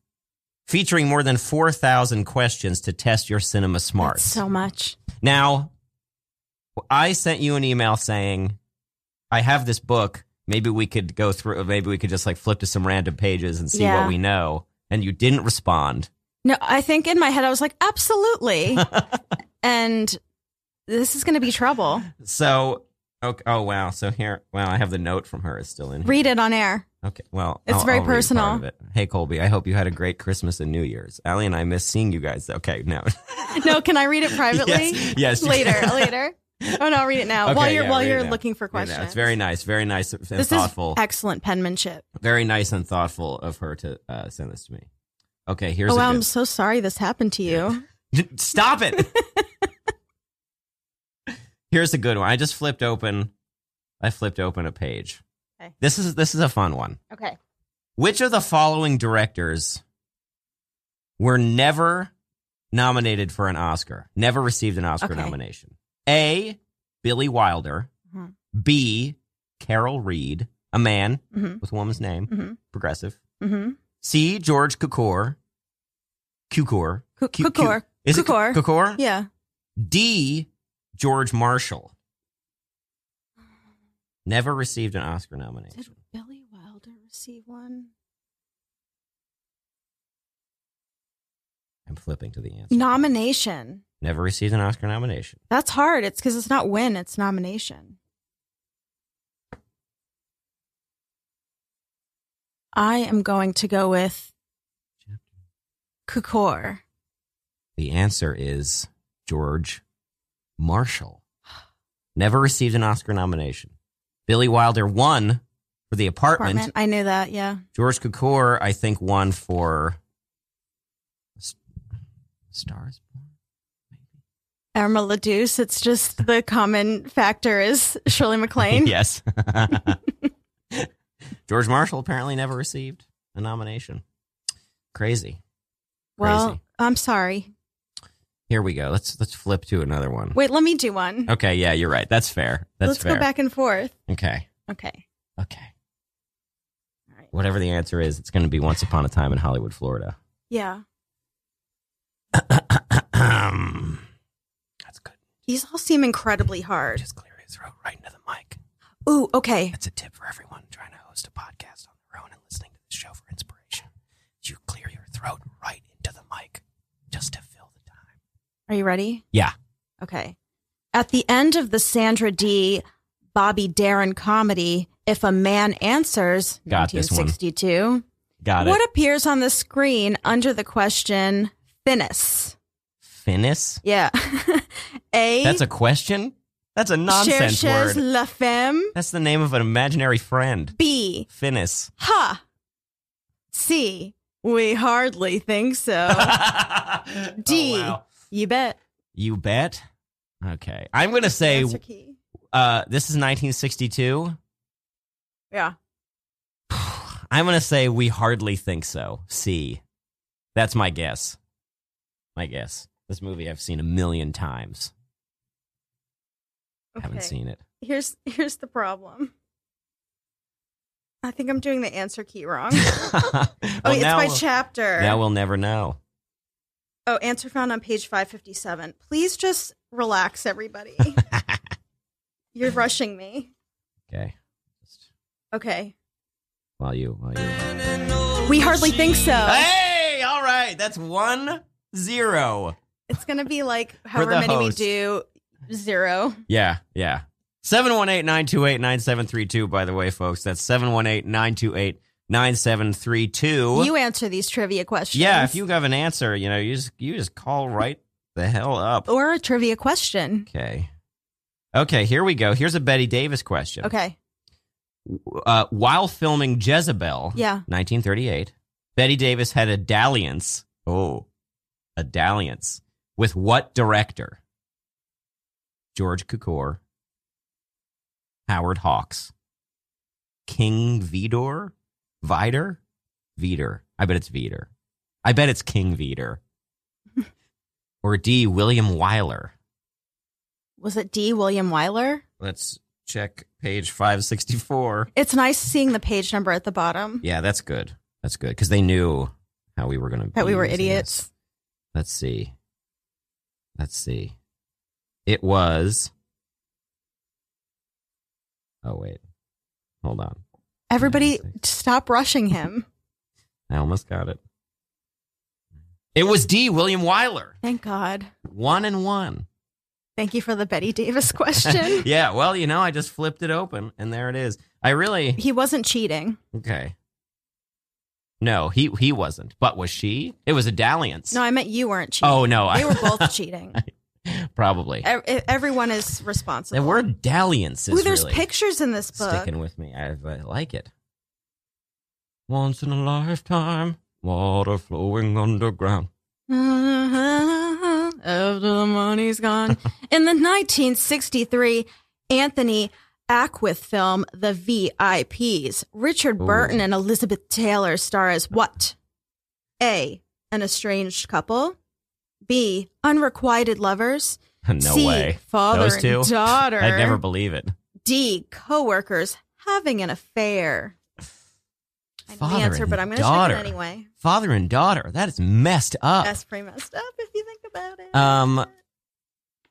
Speaker 6: featuring more than four thousand questions to test your cinema smarts.
Speaker 4: That's so much.
Speaker 6: Now, I sent you an email saying, I have this book. Maybe we could go through, maybe we could just like flip to some random pages and see
Speaker 4: Yeah.
Speaker 6: what we know. And you didn't respond.
Speaker 4: No, I think in my head I was like, absolutely. and this is going to be trouble.
Speaker 6: So, okay, oh, wow. So here, wow, I have the note from her. It's still in here.
Speaker 4: Read it on air.
Speaker 6: Okay. Well,
Speaker 4: It's
Speaker 6: I'll-
Speaker 4: very
Speaker 6: I'll read part
Speaker 4: personal.
Speaker 6: of it. Hey, Colby, I hope you had a great Christmas and New Year's. Allie and I miss seeing you guys. Okay. No.
Speaker 4: No, can I read it privately?
Speaker 6: yes. yes you
Speaker 4: Later,
Speaker 6: can.
Speaker 4: later. Oh no, I'll read it now.
Speaker 6: Okay,
Speaker 4: while you're
Speaker 6: yeah,
Speaker 4: while
Speaker 6: read it
Speaker 4: you're
Speaker 6: now.
Speaker 4: looking for
Speaker 6: Yeah, no,
Speaker 4: questions.
Speaker 6: it's very nice. Very nice and
Speaker 4: This
Speaker 6: thoughtful.
Speaker 4: is excellent penmanship.
Speaker 6: very nice and thoughtful of her to uh, send this to me. Okay, here's
Speaker 4: oh,
Speaker 6: a
Speaker 4: wow, I'm
Speaker 6: good.
Speaker 4: so sorry this happened to you.
Speaker 6: Stop it. here's a good one. I just flipped open. I flipped open a page.
Speaker 4: Okay.
Speaker 6: This is this is a fun one.
Speaker 4: Okay.
Speaker 6: Which of the following directors were never nominated for an Oscar? Never received an Oscar
Speaker 4: Okay.
Speaker 6: nomination. A. Billy Wilder.
Speaker 4: Mhm.
Speaker 6: B. Carol Reed, a man
Speaker 4: Mm-hmm.
Speaker 6: with a woman's name,
Speaker 4: Mhm.
Speaker 6: progressive.
Speaker 4: Mm-hmm.
Speaker 6: C. George Cukor. Cukor. Cu- cu-
Speaker 4: Kukor.
Speaker 6: Is it
Speaker 4: Cukor.
Speaker 6: Cu- Cukor?
Speaker 4: Yeah.
Speaker 6: D. George Marshall. Never received an Oscar
Speaker 4: Did
Speaker 6: nomination.
Speaker 4: Billy Wilder receive one?
Speaker 6: I'm flipping to the answer.
Speaker 4: Nomination.
Speaker 6: Never received an Oscar nomination.
Speaker 4: That's hard. It's because it's not win, it's nomination. I am going to go with Kukor.
Speaker 6: The answer is George Marshall. Never received an Oscar nomination. Billy Wilder won for The Apartment.
Speaker 4: Apartment. I knew that, yeah.
Speaker 6: George Cukor, I think, won for S- Stars.
Speaker 4: Irma LaDuce, it's just the common factor is Shirley MacLaine.
Speaker 6: yes. George Marshall apparently never received a nomination. Crazy.
Speaker 4: well,
Speaker 6: crazy.
Speaker 4: I'm sorry.
Speaker 6: Here we go. Let's let's flip to another one.
Speaker 4: Wait, let me do one.
Speaker 6: Okay, yeah, you're right. That's fair. That's
Speaker 4: Let's
Speaker 6: fair.
Speaker 4: go back and forth.
Speaker 6: Okay.
Speaker 4: Okay.
Speaker 6: Okay.
Speaker 4: All right.
Speaker 6: Whatever the answer is, it's going to be Once Upon a Time in Hollywood, Florida.
Speaker 4: Yeah.
Speaker 6: That's good.
Speaker 4: These all seem incredibly hard.
Speaker 6: Just clear his throat right into the mic.
Speaker 4: Ooh, okay.
Speaker 6: That's a tip for everyone trying to host a podcast on their own and listening to the show for inspiration. You clear your throat right into the mic just to fill the time.
Speaker 4: Are you ready?
Speaker 6: Yeah.
Speaker 4: Okay. At the end of the Sandra D. Bobby Darin comedy, If a Man Answers,
Speaker 6: Got this one.
Speaker 4: 1962,
Speaker 6: Got
Speaker 4: what
Speaker 6: it.
Speaker 4: appears on the screen under the question finis?
Speaker 6: Finis?
Speaker 4: Yeah. a.
Speaker 6: That's a question? That's a nonsense
Speaker 4: cherches
Speaker 6: word.
Speaker 4: la femme.
Speaker 6: That's the name of an imaginary friend.
Speaker 4: B.
Speaker 6: Finis.
Speaker 4: Ha. C. We hardly think so. Oh. D.
Speaker 6: Oh, wow.
Speaker 4: You bet.
Speaker 6: You bet. Okay. I'm going to say
Speaker 4: Answer key.
Speaker 6: uh, this is 1962.
Speaker 4: Yeah.
Speaker 6: I'm going to say we hardly think so. C. That's my guess. My guess. This movie I've seen a million times. Haven't
Speaker 4: Okay.
Speaker 6: seen it.
Speaker 4: here's here's the problem. I think I'm doing the answer key wrong.
Speaker 6: well,
Speaker 4: oh, it's
Speaker 6: now,
Speaker 4: by
Speaker 6: we'll-
Speaker 4: chapter.
Speaker 6: now we'll never know.
Speaker 4: Oh, answer found on page 557. Please just relax, everybody. You're rushing me.
Speaker 6: Okay. Just
Speaker 4: Okay.
Speaker 6: while you, while you.
Speaker 4: We hardly think so.
Speaker 6: Hey, all right. That's one zero.
Speaker 4: It's going to be like however
Speaker 6: the
Speaker 4: many
Speaker 6: host.
Speaker 4: we do, zero.
Speaker 6: Yeah, yeah. 718 928 9732, by the way, folks. That's 718 928 9732.
Speaker 4: You answer these trivia questions.
Speaker 6: Yeah, if you have an answer, you know, you just, you just call right the hell up.
Speaker 4: Or a trivia question.
Speaker 6: Okay. Okay, here we go. Here's a Betty Davis question.
Speaker 4: Okay.
Speaker 6: Uh, while filming Jezebel,
Speaker 4: Yeah.
Speaker 6: 1938, Betty Davis had a dalliance. Oh, a dalliance. With what director? George Cukor, Howard Hawks, King Vidor, Vider, Vider. I bet it's Vider. I bet it's King Vider. or D. William Wyler.
Speaker 4: Was it D. William Wyler?
Speaker 6: Let's check page 564.
Speaker 4: It's nice seeing the page number at the bottom
Speaker 6: Yeah, that's good. That's good because they knew how we were going to.
Speaker 4: that we were idiots.
Speaker 6: Let's see. Let's see. It was. Oh wait, hold on.
Speaker 4: Everybody,
Speaker 6: Yeah,
Speaker 4: stop rushing him.
Speaker 6: I almost got it. It was D. William Wyler.
Speaker 4: Thank God.
Speaker 6: One and one.
Speaker 4: Thank you for the Betty Davis question.
Speaker 6: yeah. Well, you know, I just flipped it open, and there it is. I really
Speaker 4: He wasn't cheating.
Speaker 6: okay. No, he he wasn't. But was she? It was a dalliance.
Speaker 4: No, I meant you weren't cheating.
Speaker 6: oh no,
Speaker 4: They
Speaker 6: I
Speaker 4: were both cheating.
Speaker 6: probably.
Speaker 4: Ev- e-, Everyone is
Speaker 6: The
Speaker 4: responsible.
Speaker 6: word dalliance is
Speaker 4: Ooh, there's
Speaker 6: really
Speaker 4: pictures in this book.
Speaker 6: sticking with me. I, I like it. Once in a lifetime, water flowing underground.
Speaker 4: Uh-huh. After the money's gone. In the 1963 Anthony Ackwith film, The VIPs, Richard
Speaker 6: Ooh.
Speaker 4: Burton and Elizabeth Taylor star as what? A. An estranged couple. B. Unrequited lovers.
Speaker 6: No
Speaker 4: C.
Speaker 6: way.
Speaker 4: Father
Speaker 6: Those two?
Speaker 4: and daughter.
Speaker 6: I'd never believe it.
Speaker 4: D. Coworkers having an affair. I know the
Speaker 6: Father
Speaker 4: answer,
Speaker 6: and
Speaker 4: but I'm going to check
Speaker 6: daughter.
Speaker 4: it anyway.
Speaker 6: Father and daughter. That is messed up.
Speaker 4: That's pretty messed up if you think about it.
Speaker 6: Um,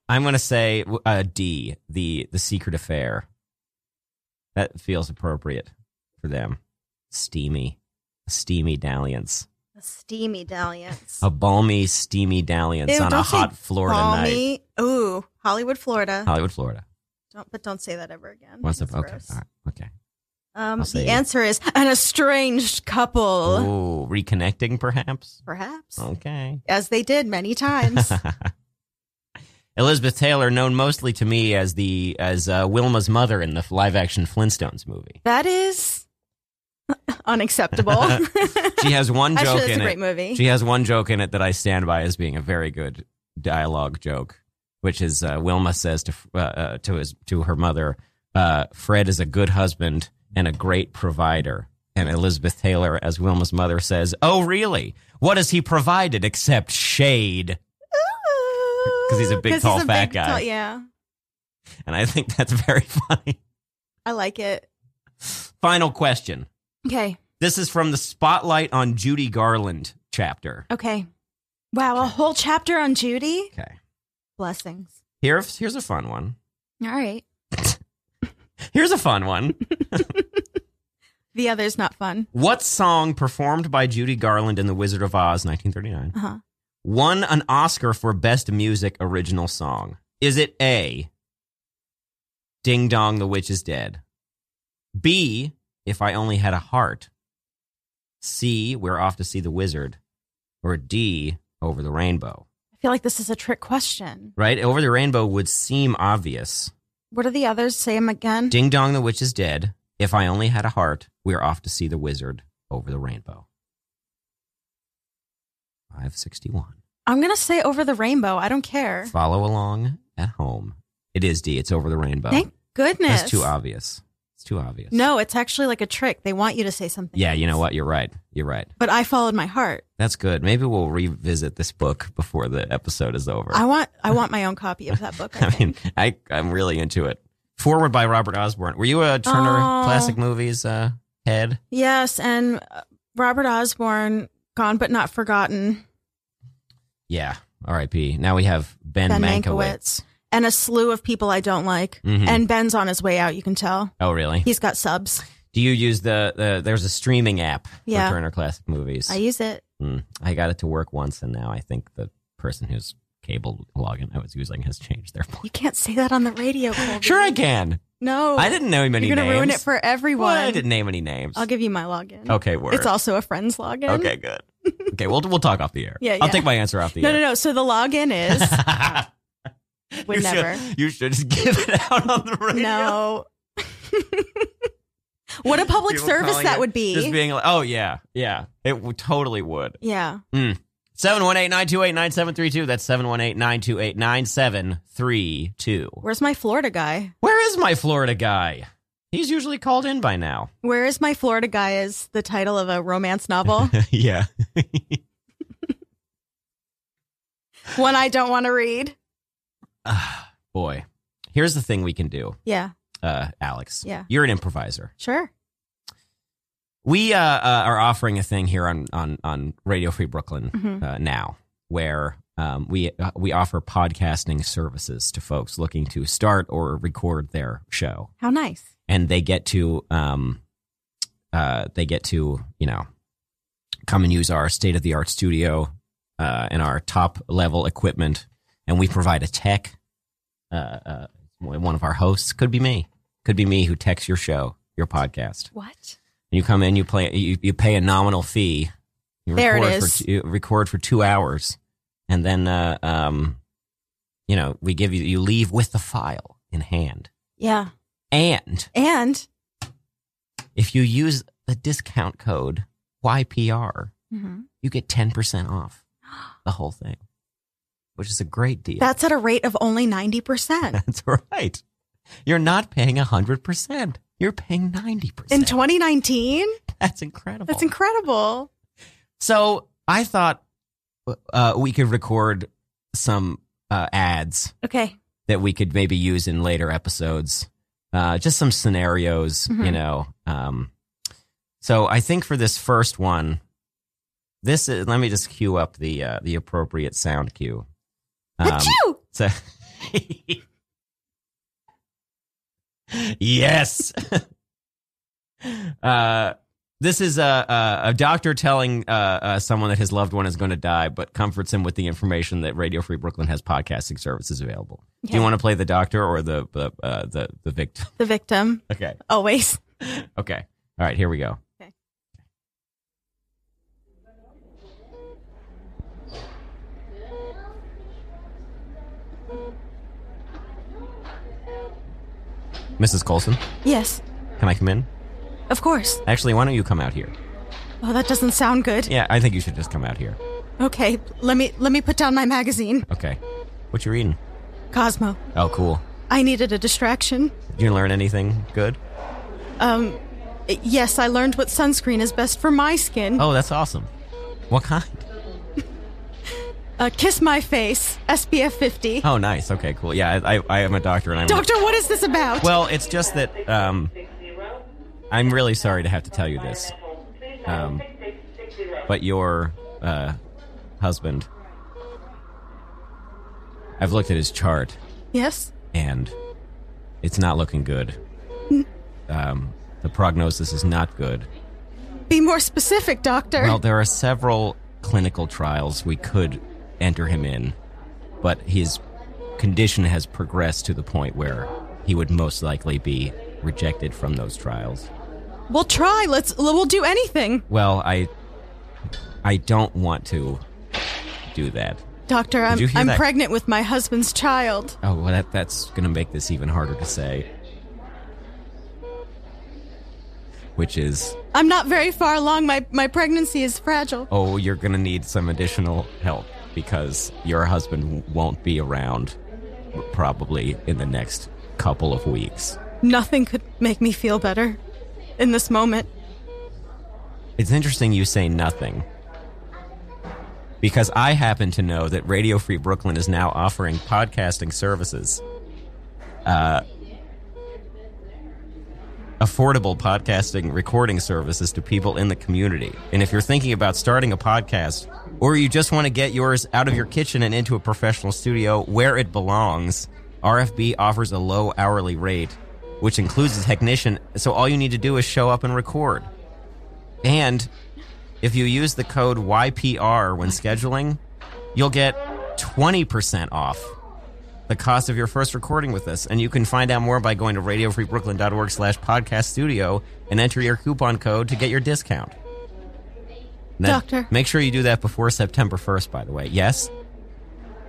Speaker 6: I'm gonna say uh, D. The the secret affair. That feels appropriate for them. Steamy, steamy dalliance.
Speaker 4: A steamy dalliance.
Speaker 6: A balmy, steamy dalliance
Speaker 4: Ew,
Speaker 6: on a
Speaker 4: don't say
Speaker 6: hot Florida night,
Speaker 4: Balmy. Ooh, Hollywood, Florida.
Speaker 6: Hollywood, Florida.
Speaker 4: Don't, but don't say that ever again.
Speaker 6: Once
Speaker 4: Mm-hmm. That's
Speaker 6: a okay,
Speaker 4: gross.
Speaker 6: all right, okay.
Speaker 4: Um,
Speaker 6: I'll
Speaker 4: the
Speaker 6: say it.
Speaker 4: answer is an estranged couple,
Speaker 6: Oh, reconnecting perhaps.
Speaker 4: perhaps,
Speaker 6: Oh. Okay.
Speaker 4: as they did many times.
Speaker 6: Elizabeth Taylor, known mostly to me as the as uh, Wilma's mother in the live-action Flintstones movie.
Speaker 4: that is unacceptable.
Speaker 6: She has one joke
Speaker 4: Actually, that's
Speaker 6: in
Speaker 4: a great
Speaker 6: it.
Speaker 4: movie.
Speaker 6: She has one joke in it that I stand by as being a very good dialogue joke, which is uh, Wilma says to uh, uh, to his to her mother, uh, "Fred is a good husband and a great provider." And Elizabeth Taylor, as Wilma's mother, says, "Oh, really? What has he provided except shade?"
Speaker 4: Oh. Because
Speaker 6: he's a big, tall, fat guy.
Speaker 4: yeah,
Speaker 6: And I think that's very funny.
Speaker 4: I like it.
Speaker 6: Final question.
Speaker 4: Okay,
Speaker 6: This is from the Spotlight on Judy Garland chapter.
Speaker 4: okay. Wow, a whole chapter on Judy.
Speaker 6: Okay.
Speaker 4: Blessings.
Speaker 6: Here, here's a fun one.
Speaker 4: All right.
Speaker 6: Here's a fun one.
Speaker 4: The other's not fun.
Speaker 6: what song performed by Judy Garland in The Wizard of Oz 1939
Speaker 4: Uh huh.
Speaker 6: won an Oscar for Best Music Original Song? Is it A, Ding Dong, The Witch is Dead? B, If I Only Had a Heart? C, We're Off to See the Wizard? Or D, Over the Rainbow?
Speaker 4: I feel like this is a trick question.
Speaker 6: Right? Over the Rainbow would seem obvious.
Speaker 4: What do the others say 'em again?
Speaker 6: Ding dong, the witch is dead. If I only had a heart, we're off to see the wizard over the rainbow. 561.
Speaker 4: I'm gonna say over the rainbow. I don't care.
Speaker 6: Follow along at home. It is D. It's over the rainbow.
Speaker 4: Thank goodness.
Speaker 6: That's too obvious. It's too obvious.
Speaker 4: No, it's actually like a trick. They want you to say something.
Speaker 6: Yeah, you
Speaker 4: else.
Speaker 6: know what? You're right. You're right.
Speaker 4: But I followed my heart.
Speaker 6: That's good. Maybe we'll revisit this book before the episode is over.
Speaker 4: I want. I want my own copy of that book. I,
Speaker 6: I mean,
Speaker 4: think.
Speaker 6: I, I'm really into it. Forward by Robert Osborne. Were you a Turner
Speaker 4: Oh.
Speaker 6: Classic Movies uh, head?
Speaker 4: yes, and uh, Robert Osborne, gone but not forgotten.
Speaker 6: Yeah. R.I.P. Now we have Ben,
Speaker 4: Ben
Speaker 6: Mankiewicz.
Speaker 4: Mankiewicz, and a slew of people I don't like.
Speaker 6: Mhm.
Speaker 4: And Ben's on his way out. You can tell
Speaker 6: Oh, really?
Speaker 4: he's got subs.
Speaker 6: Do you use the, the there's a streaming app
Speaker 4: Yeah.
Speaker 6: for Turner Classic Movies?
Speaker 4: I use it.
Speaker 6: Mm. I got it to work once, and now I think the person whose cable login I was using has changed their plan.
Speaker 4: You can't say that on the radio. Colby.
Speaker 6: Sure, I can.
Speaker 4: No,
Speaker 6: I didn't name any
Speaker 4: Oh. You're gonna
Speaker 6: names.
Speaker 4: ruin it for everyone.
Speaker 6: Well, I didn't Oh, name any names.
Speaker 4: I'll give you my login.
Speaker 6: okay, word.
Speaker 4: It's also a friend's login.
Speaker 6: okay, good. Okay, we'll we'll talk off the air.
Speaker 4: Yeah,
Speaker 6: I'll
Speaker 4: yeah.
Speaker 6: take my answer off the
Speaker 4: No,
Speaker 6: air.
Speaker 4: no, no. So the login is would
Speaker 6: you
Speaker 4: never.
Speaker 6: Should, you should just give it out on the radio.
Speaker 4: No. what a public
Speaker 6: People
Speaker 4: service
Speaker 6: calling
Speaker 4: that
Speaker 6: it,
Speaker 4: would be.
Speaker 6: Just being like, oh yeah, yeah, it w- totally would.
Speaker 4: yeah.
Speaker 6: 718 928 9732. That's 718 928 9732.
Speaker 4: Where's my Florida guy?
Speaker 6: Where is my Florida guy? He's usually called in by now.
Speaker 4: Where is my Florida guy is the title of a romance novel.
Speaker 6: yeah.
Speaker 4: one I don't want to read.
Speaker 6: Ah, Boy, here's the thing we can do,
Speaker 4: Yeah.
Speaker 6: uh, Alex.
Speaker 4: Yeah.
Speaker 6: You're an improviser.
Speaker 4: Sure.
Speaker 6: We uh, uh, are offering a thing here on, on, on Radio Free Brooklyn
Speaker 4: Mhm.
Speaker 6: uh, now where um, we, uh, we offer podcasting services to folks looking to start or record their show.
Speaker 4: How nice.
Speaker 6: and they get to um uh they get to you know come and use our state of the art studio uh and our top level equipment and we provide a tech uh, uh one of our hosts could be me could be me who techs your show your podcast
Speaker 4: What?
Speaker 6: and you come in you play you, you pay a nominal fee you
Speaker 4: There it
Speaker 6: record
Speaker 4: is.
Speaker 6: for two, record for 2 hours and then uh um you know we give you you leave with the file in hand
Speaker 4: Yeah.
Speaker 6: and
Speaker 4: And
Speaker 6: if you use the discount code YPR,
Speaker 4: Mhm.
Speaker 6: you get 10% off the whole thing, which is a great deal.
Speaker 4: that's at a rate of only 90%.
Speaker 6: That's right. You're not paying 100%. You're paying 90%.
Speaker 4: In 2019?
Speaker 6: That's incredible.
Speaker 4: That's incredible.
Speaker 6: so I thought uh, we could record some uh, ads
Speaker 4: Okay.
Speaker 6: that we could maybe use in later episodes. Uh, just some scenarios, you
Speaker 4: Mhm.
Speaker 6: know. Um, so I think for this first one, this is. Let me just cue up the uh, the appropriate sound cue. Um,
Speaker 4: Achoo!
Speaker 6: so yes. uh, this is a, a, a doctor telling uh, uh, someone that his loved one is going to die, but comforts him with the information that Radio Free Brooklyn has podcasting services available. Do
Speaker 4: Okay.
Speaker 6: you want to play the doctor or the the uh, the, the victim?
Speaker 4: The victim,
Speaker 6: Okay.
Speaker 4: always.
Speaker 6: Okay. All right. Here we go.
Speaker 4: Okay.
Speaker 6: Mrs. Colson,
Speaker 4: Yes,
Speaker 6: can I come in?
Speaker 4: of course.
Speaker 6: Actually, why don't you come out here?
Speaker 4: Oh, that doesn't sound good.
Speaker 6: Yeah, I think you should just come out here.
Speaker 4: Okay, let me let me put down my magazine.
Speaker 6: Okay. What you reading?
Speaker 4: Cosmo.
Speaker 6: Oh, cool.
Speaker 4: I needed a distraction.
Speaker 6: Did you learn anything good?
Speaker 4: Um yes, I learned what sunscreen is best for my skin.
Speaker 6: Oh, that's awesome. What kind?
Speaker 4: Uh, kiss my face. SPF 50.
Speaker 6: Oh, nice. Okay, cool. Yeah, I, I, I am a doctor, and I'm.
Speaker 4: Doctor, what is this about?
Speaker 6: Well, it's just that um, I'm really sorry to have to tell you this, um, but your uh, husband. I've looked at his chart,
Speaker 4: yes.
Speaker 6: and it's not looking good. Um, the prognosis is not good.
Speaker 4: Be more specific, doctor.
Speaker 6: Well, there are several clinical trials we could enter him in, but his condition has progressed to the point where he would most likely be rejected from those trials.
Speaker 4: we'll try. Let's we'll do anything.
Speaker 6: Well, I I don't want to do that.
Speaker 4: Doctor, I'm
Speaker 6: you hear
Speaker 4: I'm
Speaker 6: that?
Speaker 4: pregnant with my husband's child.
Speaker 6: Oh, well that that's going to make this even harder to say. Which is,
Speaker 4: I'm not very far along. My my pregnancy is fragile.
Speaker 6: oh, you're going to need some additional help because your husband w- won't be around probably in the next couple of weeks.
Speaker 4: Nothing could make me feel better in this moment.
Speaker 6: It's interesting you say nothing. Because I happen to know that Radio Free Brooklyn is now offering podcasting services. Uh, affordable podcasting recording services to people in the community. And if you're thinking about starting a podcast or you just want to get yours out of your kitchen and into a professional studio where it belongs, RFB offers a low hourly rate, which includes a technician. So all you need to do is show up and record. And if you use the code YPR when scheduling, you'll get 20% off the cost of your first recording with us. And you can find out more by going to radiofreebrooklyn.org slash podcast studio and enter your coupon code to get your discount. Now,
Speaker 4: Doctor.
Speaker 6: Make sure you do that before September 1st, by the way. Yes?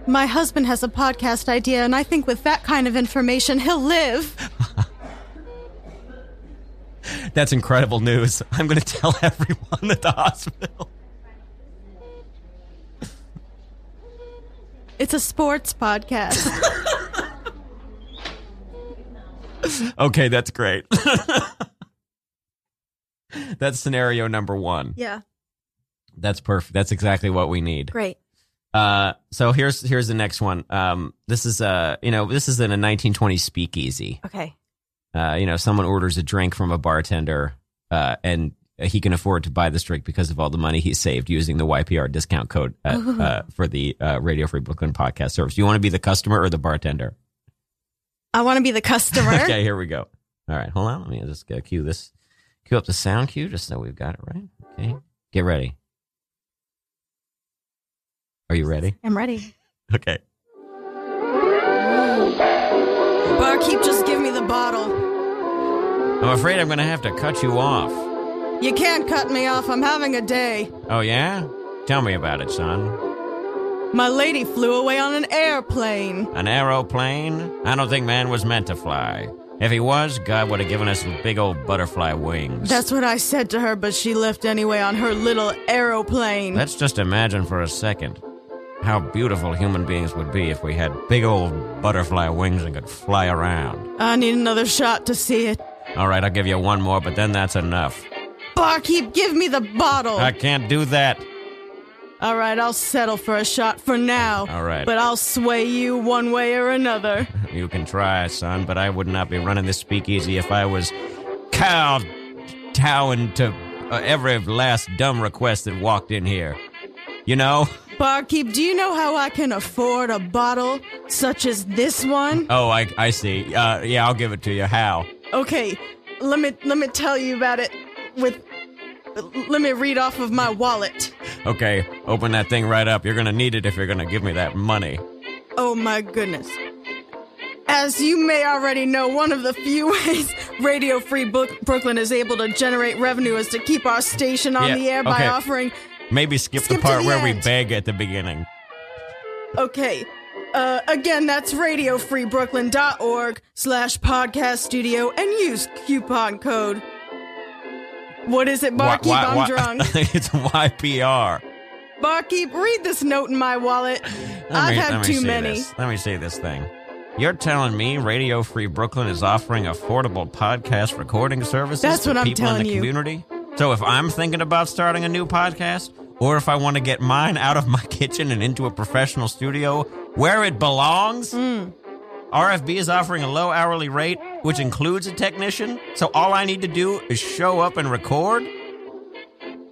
Speaker 4: My husband has a podcast idea, and I think with that kind of information, he'll live.
Speaker 6: That's incredible news. I'm going to tell everyone at the hospital.
Speaker 4: It's a sports podcast.
Speaker 6: Okay, that's great. that's scenario number one.
Speaker 4: yeah,
Speaker 6: That's perfect. That's exactly what we need.
Speaker 4: great.
Speaker 6: Uh, so here's here's the next one. Um, this is uh, you know, this is in a 1920s speakeasy.
Speaker 4: Okay.
Speaker 6: Uh, you know, someone orders a drink from a bartender, uh, and he can afford to buy this drink because of all the money he saved using the YPR discount code uh,
Speaker 4: Ooh.
Speaker 6: uh, for the uh, Radio Free Brooklyn podcast service. You want to be the customer or the bartender?
Speaker 4: I want to be the customer.
Speaker 6: Okay, here we go. All right, hold on. Let me just go cue this, cue up the sound cue just so we've got it right. Okay, get ready. Are you ready?
Speaker 4: I'm ready.
Speaker 6: Okay.
Speaker 4: Barkeep, just give me the bottle.
Speaker 6: I'm afraid I'm going to have to cut you off.
Speaker 4: You can't cut me off. I'm having a day.
Speaker 6: Oh, yeah? Tell me about it, son.
Speaker 4: My lady flew away on an airplane.
Speaker 6: An aeroplane? I don't think man was meant to fly. If he was, God would have given us some big old butterfly wings.
Speaker 4: That's what I said to her, but she left anyway on her little aeroplane.
Speaker 6: Let's just imagine for a second how beautiful human beings would be if we had big old butterfly wings and could fly around.
Speaker 4: I need another shot to see it.
Speaker 6: All right, I'll give you one more, but then that's enough.
Speaker 4: Barkeep, give me the bottle.
Speaker 6: I can't do that.
Speaker 4: All right, I'll settle for a shot for now.
Speaker 6: All right.
Speaker 4: But I'll sway you one way or another.
Speaker 6: You can try, son, but I would not be running this speakeasy if I was cow towing to uh, every last dumb request that walked in here. You know?
Speaker 4: Barkeep, do you know how I can afford a bottle such as this one?
Speaker 6: Oh, I, I see. Uh, yeah, I'll give it to you. How?
Speaker 4: Okay, let me let me tell you about it with let me read off of my wallet.
Speaker 6: Okay, open that thing right up. You're going to need it if you're going to give me that money.
Speaker 4: Oh my goodness. As you may already know, one of the few ways Radio Free Book- Brooklyn is able to generate revenue is to keep our station on
Speaker 6: Yeah,
Speaker 4: the air by
Speaker 6: okay.
Speaker 4: offering
Speaker 6: Maybe skip,
Speaker 4: Skip
Speaker 6: the
Speaker 4: to
Speaker 6: part
Speaker 4: the
Speaker 6: where we
Speaker 4: end.
Speaker 6: beg at the beginning.
Speaker 4: Okay. Uh, again, that's radiofreebrooklyn.org slash podcast studio and use coupon code. What is it,
Speaker 6: Why-
Speaker 4: Barkeep?
Speaker 6: why-
Speaker 4: I'm
Speaker 6: why-
Speaker 4: drunk.
Speaker 6: it's YPR.
Speaker 4: Barkeep, read this note in my wallet. I've had too
Speaker 6: see
Speaker 4: many.
Speaker 6: this. Let me see this thing. You're telling me Radio Free Brooklyn is offering affordable podcast recording services
Speaker 4: That's
Speaker 6: to
Speaker 4: what I'm
Speaker 6: people in
Speaker 4: telling
Speaker 6: the
Speaker 4: you.
Speaker 6: community? So if I'm thinking about starting a new podcast, or if I want to get mine out of my kitchen and into a professional studio where it belongs,
Speaker 4: Hmm.
Speaker 6: RFB is offering a low hourly rate, which includes a technician. So all I need to do is show up and record.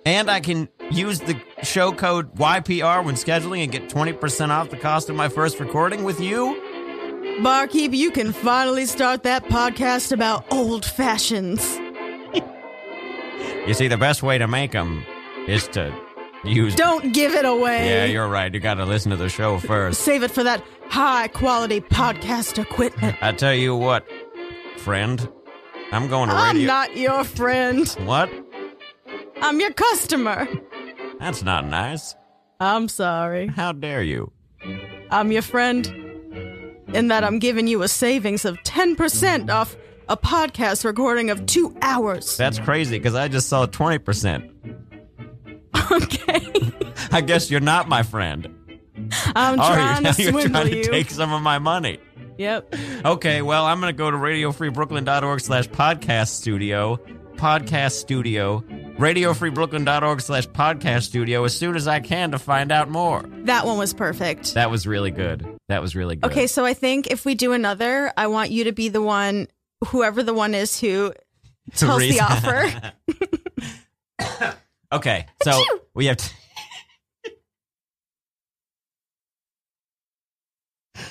Speaker 6: And I can use the show code YPR when scheduling and get 20% off the cost of my first recording with you.
Speaker 4: Barkeep, you can finally start that podcast about old fashions.
Speaker 6: You see, the best way to make them is to use.
Speaker 4: Don't give it away.
Speaker 6: Yeah, you're right. You got to listen to the show first.
Speaker 4: Save it for that high quality podcast equipment.
Speaker 6: I tell you what, friend, I'm going to
Speaker 4: I'm
Speaker 6: radio.
Speaker 4: not your friend.
Speaker 6: what?
Speaker 4: I'm your customer.
Speaker 6: That's not nice.
Speaker 4: I'm sorry.
Speaker 6: How dare you?
Speaker 4: I'm your friend, in that I'm giving you a savings of 10% off a podcast recording of two hours.
Speaker 6: That's crazy because I just saw 20%.
Speaker 4: Okay.
Speaker 6: I guess you're not my friend.
Speaker 4: I'm trying
Speaker 6: now
Speaker 4: to
Speaker 6: you're
Speaker 4: swindle
Speaker 6: trying
Speaker 4: you.
Speaker 6: to take some of my money.
Speaker 4: Yep.
Speaker 6: Okay, well, I'm going to go to radiofreebrooklyn.org slash podcast studio, podcast studio, radiofreebrooklyn.org slash podcast studio as soon as I can to find out more.
Speaker 4: That one was perfect.
Speaker 6: That was really good. That was really good.
Speaker 4: okay, so I think if we do another, I want you to be the one, whoever the one is who tells
Speaker 6: reason-
Speaker 4: the offer.
Speaker 6: Okay, so we have to.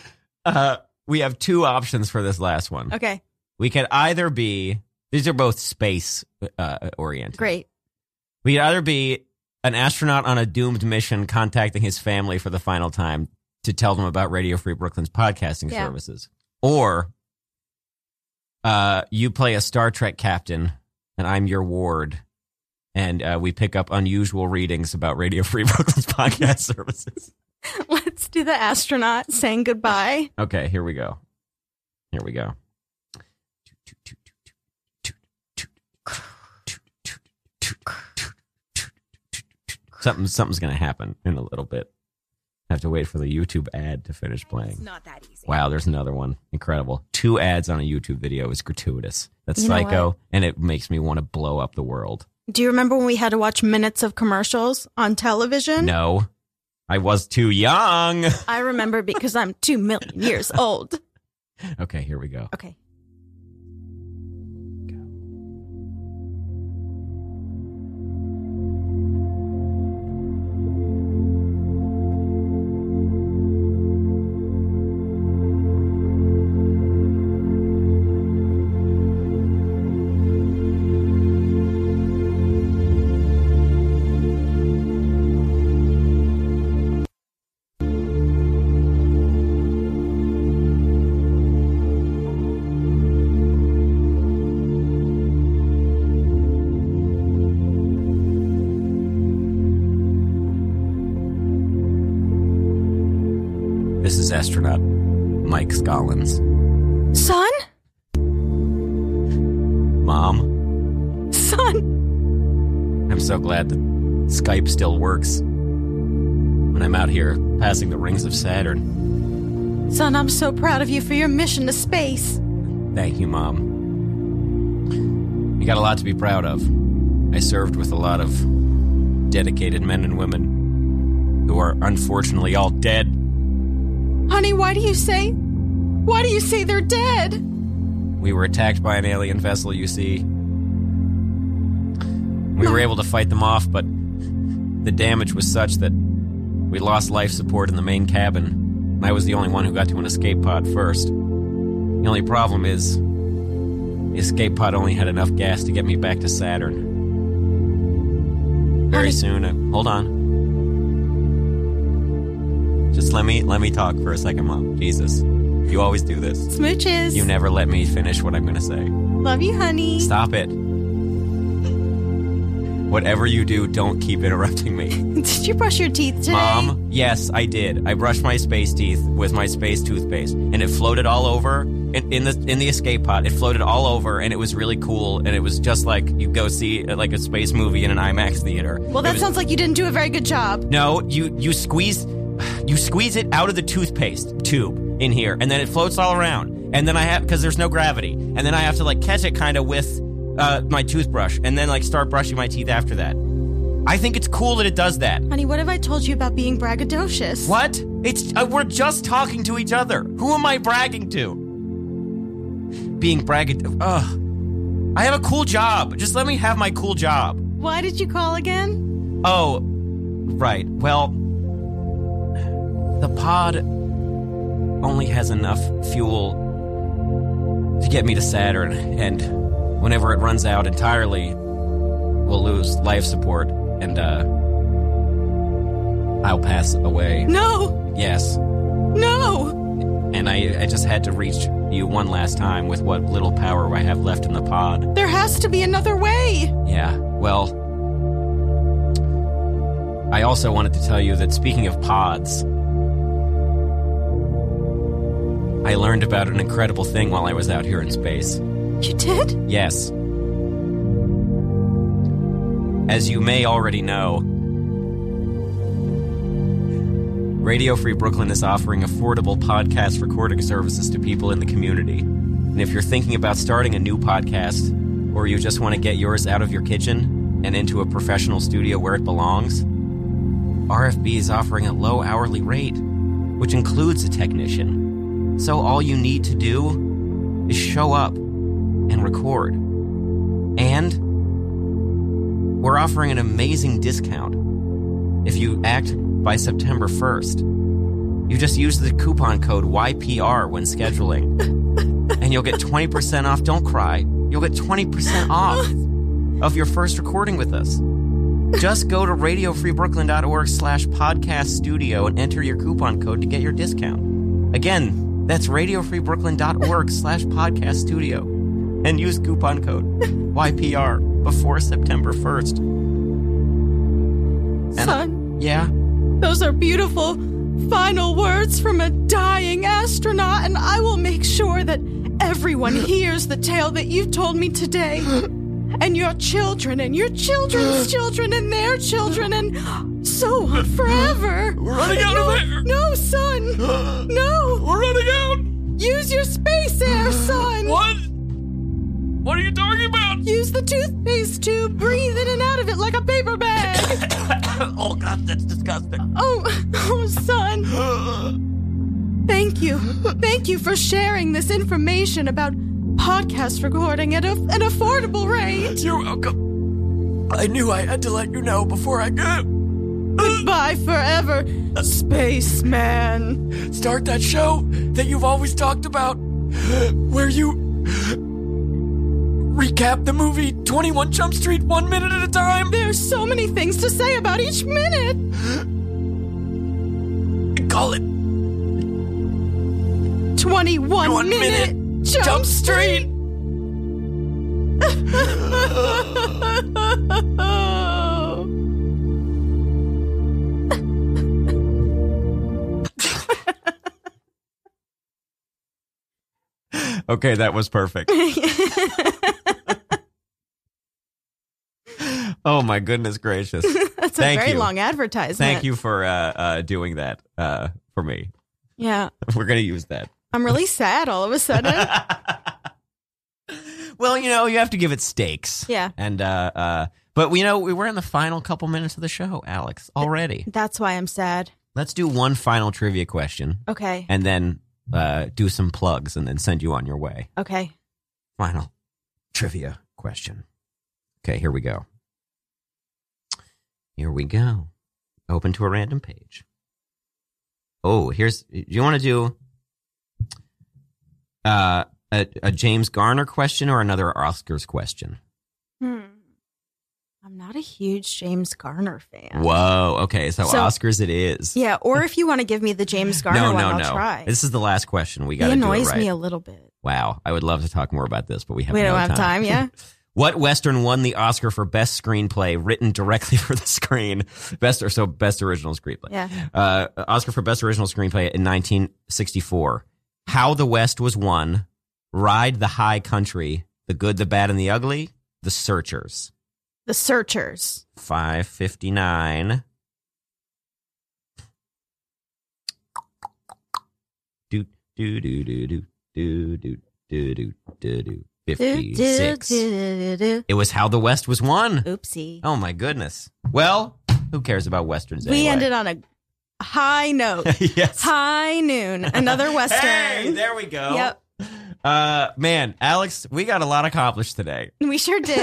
Speaker 6: Uh, we have two options for this last one.
Speaker 4: Okay,
Speaker 6: We could either be these are both space uh, oriented.
Speaker 4: great.
Speaker 6: We could either be an astronaut on a doomed mission contacting his family for the final time to tell them about Radio Free Brooklyn's podcasting
Speaker 4: Yeah.
Speaker 6: services, or uh, you play a Star Trek captain and I'm your ward, and uh, we pick up unusual readings about Radio Free Brooklyn's podcast services.
Speaker 4: Let's do the astronaut saying goodbye.
Speaker 6: Okay, here we go. Here we go. Something something's gonna happen in a little bit. have to wait for the YouTube ad to finish
Speaker 3: It's
Speaker 6: playing.
Speaker 3: not that easy.
Speaker 6: Wow, there's another one. Incredible. Two ads on a YouTube video is gratuitous. That's
Speaker 4: You know
Speaker 6: psycho, and it makes me want to blow up the world.
Speaker 4: Do you remember when we had to watch minutes of commercials on television?
Speaker 6: No. I was too young.
Speaker 4: I remember because I'm two million years old.
Speaker 6: Okay, here we go.
Speaker 4: Okay.
Speaker 6: This is astronaut Mike Scollins.
Speaker 4: Son?
Speaker 6: Mom,
Speaker 4: Son?
Speaker 6: I'm so glad that Skype still works. When I'm out here passing the rings of Saturn,
Speaker 4: Son, I'm so proud of you for your mission to space.
Speaker 6: thank you, Mom. You got a lot to be proud of. I served with a lot of dedicated men and women who are unfortunately all dead.
Speaker 4: Honey, why do you say? Why do you say they're dead?
Speaker 6: We were attacked by an alien vessel, you see. We were able to fight them off, but the damage was such that we lost life support in the main cabin, and I was the only one who got to an escape pod first. The only problem is, the escape pod only had enough gas to get me back to Saturn. Very
Speaker 4: Honey.
Speaker 6: soon, I, hold on. Just let me let me talk for a second, Mom. Jesus, you always do this.
Speaker 4: Smooches.
Speaker 6: You never let me finish what I'm going to say.
Speaker 4: Love you, honey.
Speaker 6: Stop it. Whatever you do, don't keep interrupting me.
Speaker 4: Did you brush your teeth today?
Speaker 6: Mom, yes, I did. I brushed my space teeth with my space toothpaste, and it floated all over in, in the in the escape pod. It floated all over, and it was really cool. And it was just like you go see uh, like a space movie in an IMAX theater.
Speaker 4: Well,
Speaker 6: It
Speaker 4: that
Speaker 6: was-
Speaker 4: sounds like you didn't do a very good job.
Speaker 6: no, you you squeeze you squeeze it out of the toothpaste tube in here, and then it floats all around. And then I have because there's no gravity, and then I have to like catch it kind of with uh, my toothbrush, and then like start brushing my teeth after that. I think it's cool that it does that.
Speaker 4: Honey, what have I told you about being braggadocious?
Speaker 6: What? It's uh, we're just talking to each other. Who am I bragging to? Being bragging. Ugh. I have a cool job. Just let me have my cool job.
Speaker 4: Why did you call again?
Speaker 6: Oh, right. Well, the pod only has enough fuel to get me to Saturn, and whenever it runs out entirely, we'll lose life support, and, uh, I'll pass away.
Speaker 4: No,
Speaker 6: Yes.
Speaker 4: no.
Speaker 6: And I, I just had to reach you one last time with what little power I have left in the pod.
Speaker 4: There has to be another way.
Speaker 6: Yeah, well. I also wanted to tell you that speaking of pods, I learned about an incredible thing while I was out here in space.
Speaker 4: You did?
Speaker 6: Yes. As you may already know, Radio Free Brooklyn is offering affordable podcast recording services to people in the community. And if you're thinking about starting a new podcast, or you just want to get yours out of your kitchen and into a professional studio where it belongs, RFB is offering a low hourly rate, which includes a technician. So all you need to do is show up and record. And we're offering an amazing discount if you act by September 1st. You just use the coupon code YPR when scheduling, and you'll get 20% off. Don't cry. You'll get 20% off of your first recording with us. Just go to radiofreebrooklyn.org slash podcast studio and enter your coupon code to get your discount. Again, that's radiofreebrooklyn.org slash podcast studio and use coupon code YPR before September 1st.
Speaker 4: Son,
Speaker 6: Yeah?
Speaker 4: those are beautiful final words from a dying astronaut, and I will make sure that everyone hears the tale that you've told me today. And your children, and your children's children, and their children, and so on forever. We're running out no, of air. No, son. No. We're running out. Use your space air, son.
Speaker 3: What? What are you talking about?
Speaker 4: Use the toothpaste tube. Breathe in and out of it like a paper bag.
Speaker 3: Oh god, that's disgusting.
Speaker 4: oh, oh, son. Thank you. Thank you for sharing this information about podcast recording at a, an affordable rate.
Speaker 3: You're welcome. I knew I had to let you know before I go.
Speaker 4: Goodbye forever, spaceman.
Speaker 3: Start that show that you've always talked about, where you recap the movie 21 Jump Street one minute at a time,
Speaker 4: There's so many things to say about each minute.
Speaker 3: and call it
Speaker 4: 21
Speaker 3: One
Speaker 4: minute, jump,
Speaker 3: Jump
Speaker 4: street.
Speaker 3: Street.
Speaker 4: Oh.
Speaker 6: Okay, that was perfect. oh my goodness gracious.
Speaker 4: That's
Speaker 6: Thank
Speaker 4: a very
Speaker 6: you.
Speaker 4: long advertisement.
Speaker 6: Thank you for uh, uh, doing that uh, for me.
Speaker 4: Yeah.
Speaker 6: We're going to use that.
Speaker 4: I'm really sad all of a sudden.
Speaker 6: well, you know, you have to give it stakes.
Speaker 4: Yeah.
Speaker 6: And, uh, uh, but we know we were in the final couple minutes of the show, Alex, already.
Speaker 4: That's why I'm sad.
Speaker 6: Let's do one final trivia question
Speaker 4: Okay.
Speaker 6: and then uh, do some plugs and then send you on your way.
Speaker 4: Okay.
Speaker 6: Final trivia question. Okay, here we go. Here we go. Open to a random page. Oh, here's. Do you want to do uh, a, a James Garner question or another Oscars question?
Speaker 4: Hmm. I'm not a huge James Garner fan.
Speaker 6: Whoa. Okay, so,
Speaker 4: So-
Speaker 6: Oscars it is.
Speaker 4: Yeah, or if you want to give me the James Garner
Speaker 6: no,
Speaker 4: one,
Speaker 6: no,
Speaker 4: I'll
Speaker 6: no.
Speaker 4: try.
Speaker 6: This is the last question. We
Speaker 4: he
Speaker 6: got to do it
Speaker 4: annoys
Speaker 6: right.
Speaker 4: me a little bit.
Speaker 6: wow, I would love to talk more about this, but we have
Speaker 4: we
Speaker 6: no
Speaker 4: don't have time, yeah?
Speaker 6: What Western won the Oscar for Best Screenplay written directly for the screen? Best or so Best Original Screenplay.
Speaker 4: Yeah.
Speaker 6: Uh, Oscar for Best Original Screenplay in 1964. How the West Was Won, Ride the High Country, The Good, the Bad, and the Ugly, The Searchers.
Speaker 4: The Searchers.
Speaker 6: 559. Do, do, do, do, do, do, do, do, do, do, do.
Speaker 4: Do, do, do,
Speaker 6: 56.
Speaker 4: do, do, do.
Speaker 6: It was How the West Was Won.
Speaker 4: Oopsie.
Speaker 6: Oh my goodness. Well, who cares about westerns?
Speaker 4: we
Speaker 6: anyway?
Speaker 4: ended on a high note.
Speaker 6: yes.
Speaker 4: high noon. Another Western.
Speaker 6: Hey, there we go.
Speaker 4: Yep.
Speaker 6: Uh, man, Alex, we got a lot accomplished today.
Speaker 4: We sure did.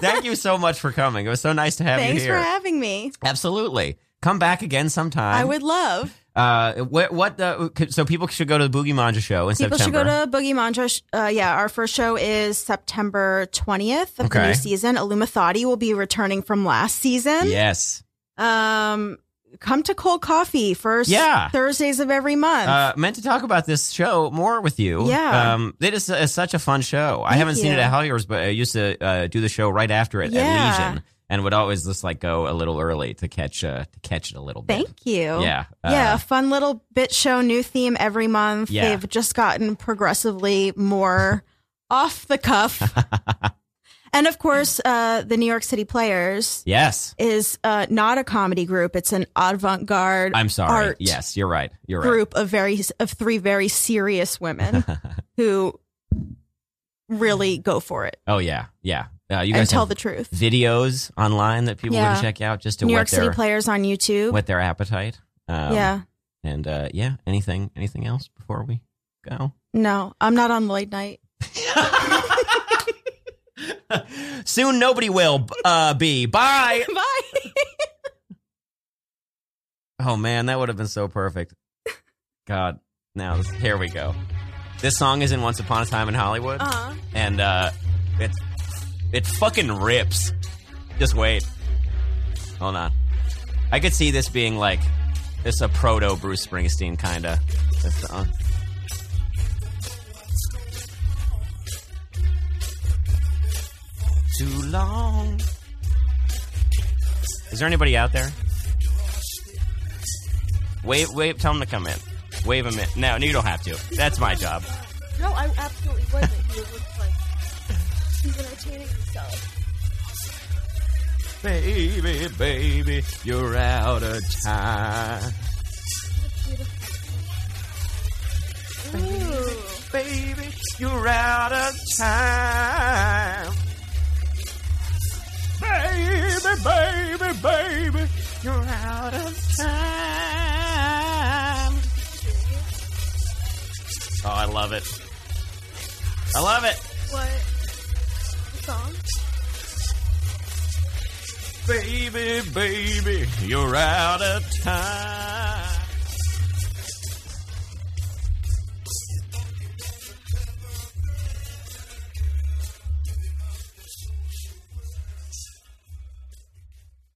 Speaker 6: Thank you so much for coming. It was so nice to have
Speaker 4: Thanks
Speaker 6: you here.
Speaker 4: for having me.
Speaker 6: Absolutely. Come back again sometime.
Speaker 4: I would love.
Speaker 6: Uh, what, what the? So people should go to the Boogie Manja show in
Speaker 4: People
Speaker 6: September.
Speaker 4: should go to Boogie Mantra. sh- Uh, yeah, our first show is September 20th of the
Speaker 6: Okay.
Speaker 4: new season. Illumathati will be returning from last season.
Speaker 6: Yes.
Speaker 4: Um, come to Cold Coffee first
Speaker 6: Yeah.
Speaker 4: Thursdays of every month.
Speaker 6: Uh, meant to talk about this show more with you.
Speaker 4: Yeah.
Speaker 6: Um, it is uh, such a fun show. I
Speaker 4: Thank
Speaker 6: haven't seen it
Speaker 4: you.
Speaker 6: at Hellier's, but I used to uh, do the show right after it
Speaker 4: Yeah.
Speaker 6: at Legion, and would always just like go a little early to catch uh, to catch it a little bit.
Speaker 4: Thank you.
Speaker 6: Yeah. Uh,
Speaker 4: yeah, a fun little bit show, new theme every month.
Speaker 6: Yeah.
Speaker 4: They've just gotten progressively more off the cuff. and of course, uh, the New York City Players
Speaker 6: Yes.
Speaker 4: is uh, not a comedy group, it's an avant garde
Speaker 6: I'm sorry.
Speaker 4: Art.
Speaker 6: Yes, you're right. You're right.
Speaker 4: group of very of three very serious women who really go for it
Speaker 6: Oh yeah, yeah. Uh, you
Speaker 4: and
Speaker 6: guys
Speaker 4: tell
Speaker 6: have
Speaker 4: the truth.
Speaker 6: videos online that people
Speaker 4: Yeah.
Speaker 6: can check out just to
Speaker 4: New
Speaker 6: whet
Speaker 4: York City
Speaker 6: their
Speaker 4: Players on YouTube.
Speaker 6: whet their appetite. Um,
Speaker 4: yeah.
Speaker 6: And uh, yeah, anything anything else before we go?
Speaker 4: No, I'm not on Lloyd Knight.
Speaker 6: Soon nobody will b- uh, be. Bye.
Speaker 4: Bye.
Speaker 6: Oh man, that would have been so perfect. God. Now, this, here we go. This song is in Once Upon a Time in Hollywood.
Speaker 4: Uh-huh.
Speaker 6: And uh, it, it fucking rips. Just wait. Hold on. I could see this being like, it's a proto Bruce Springsteen kind of. song. Too long. Is there anybody out there? Wave, wave, tell them to come in. Wave them in. No, you don't have to. That's my job.
Speaker 7: No, I absolutely wasn't. He looked like he's entertaining himself.
Speaker 6: Baby, baby, you're out of time. Baby, you're out of time. Baby, baby, baby, you're out of time. Oh, I love it. I love it.
Speaker 7: What song?
Speaker 6: Baby, baby, you're out of time.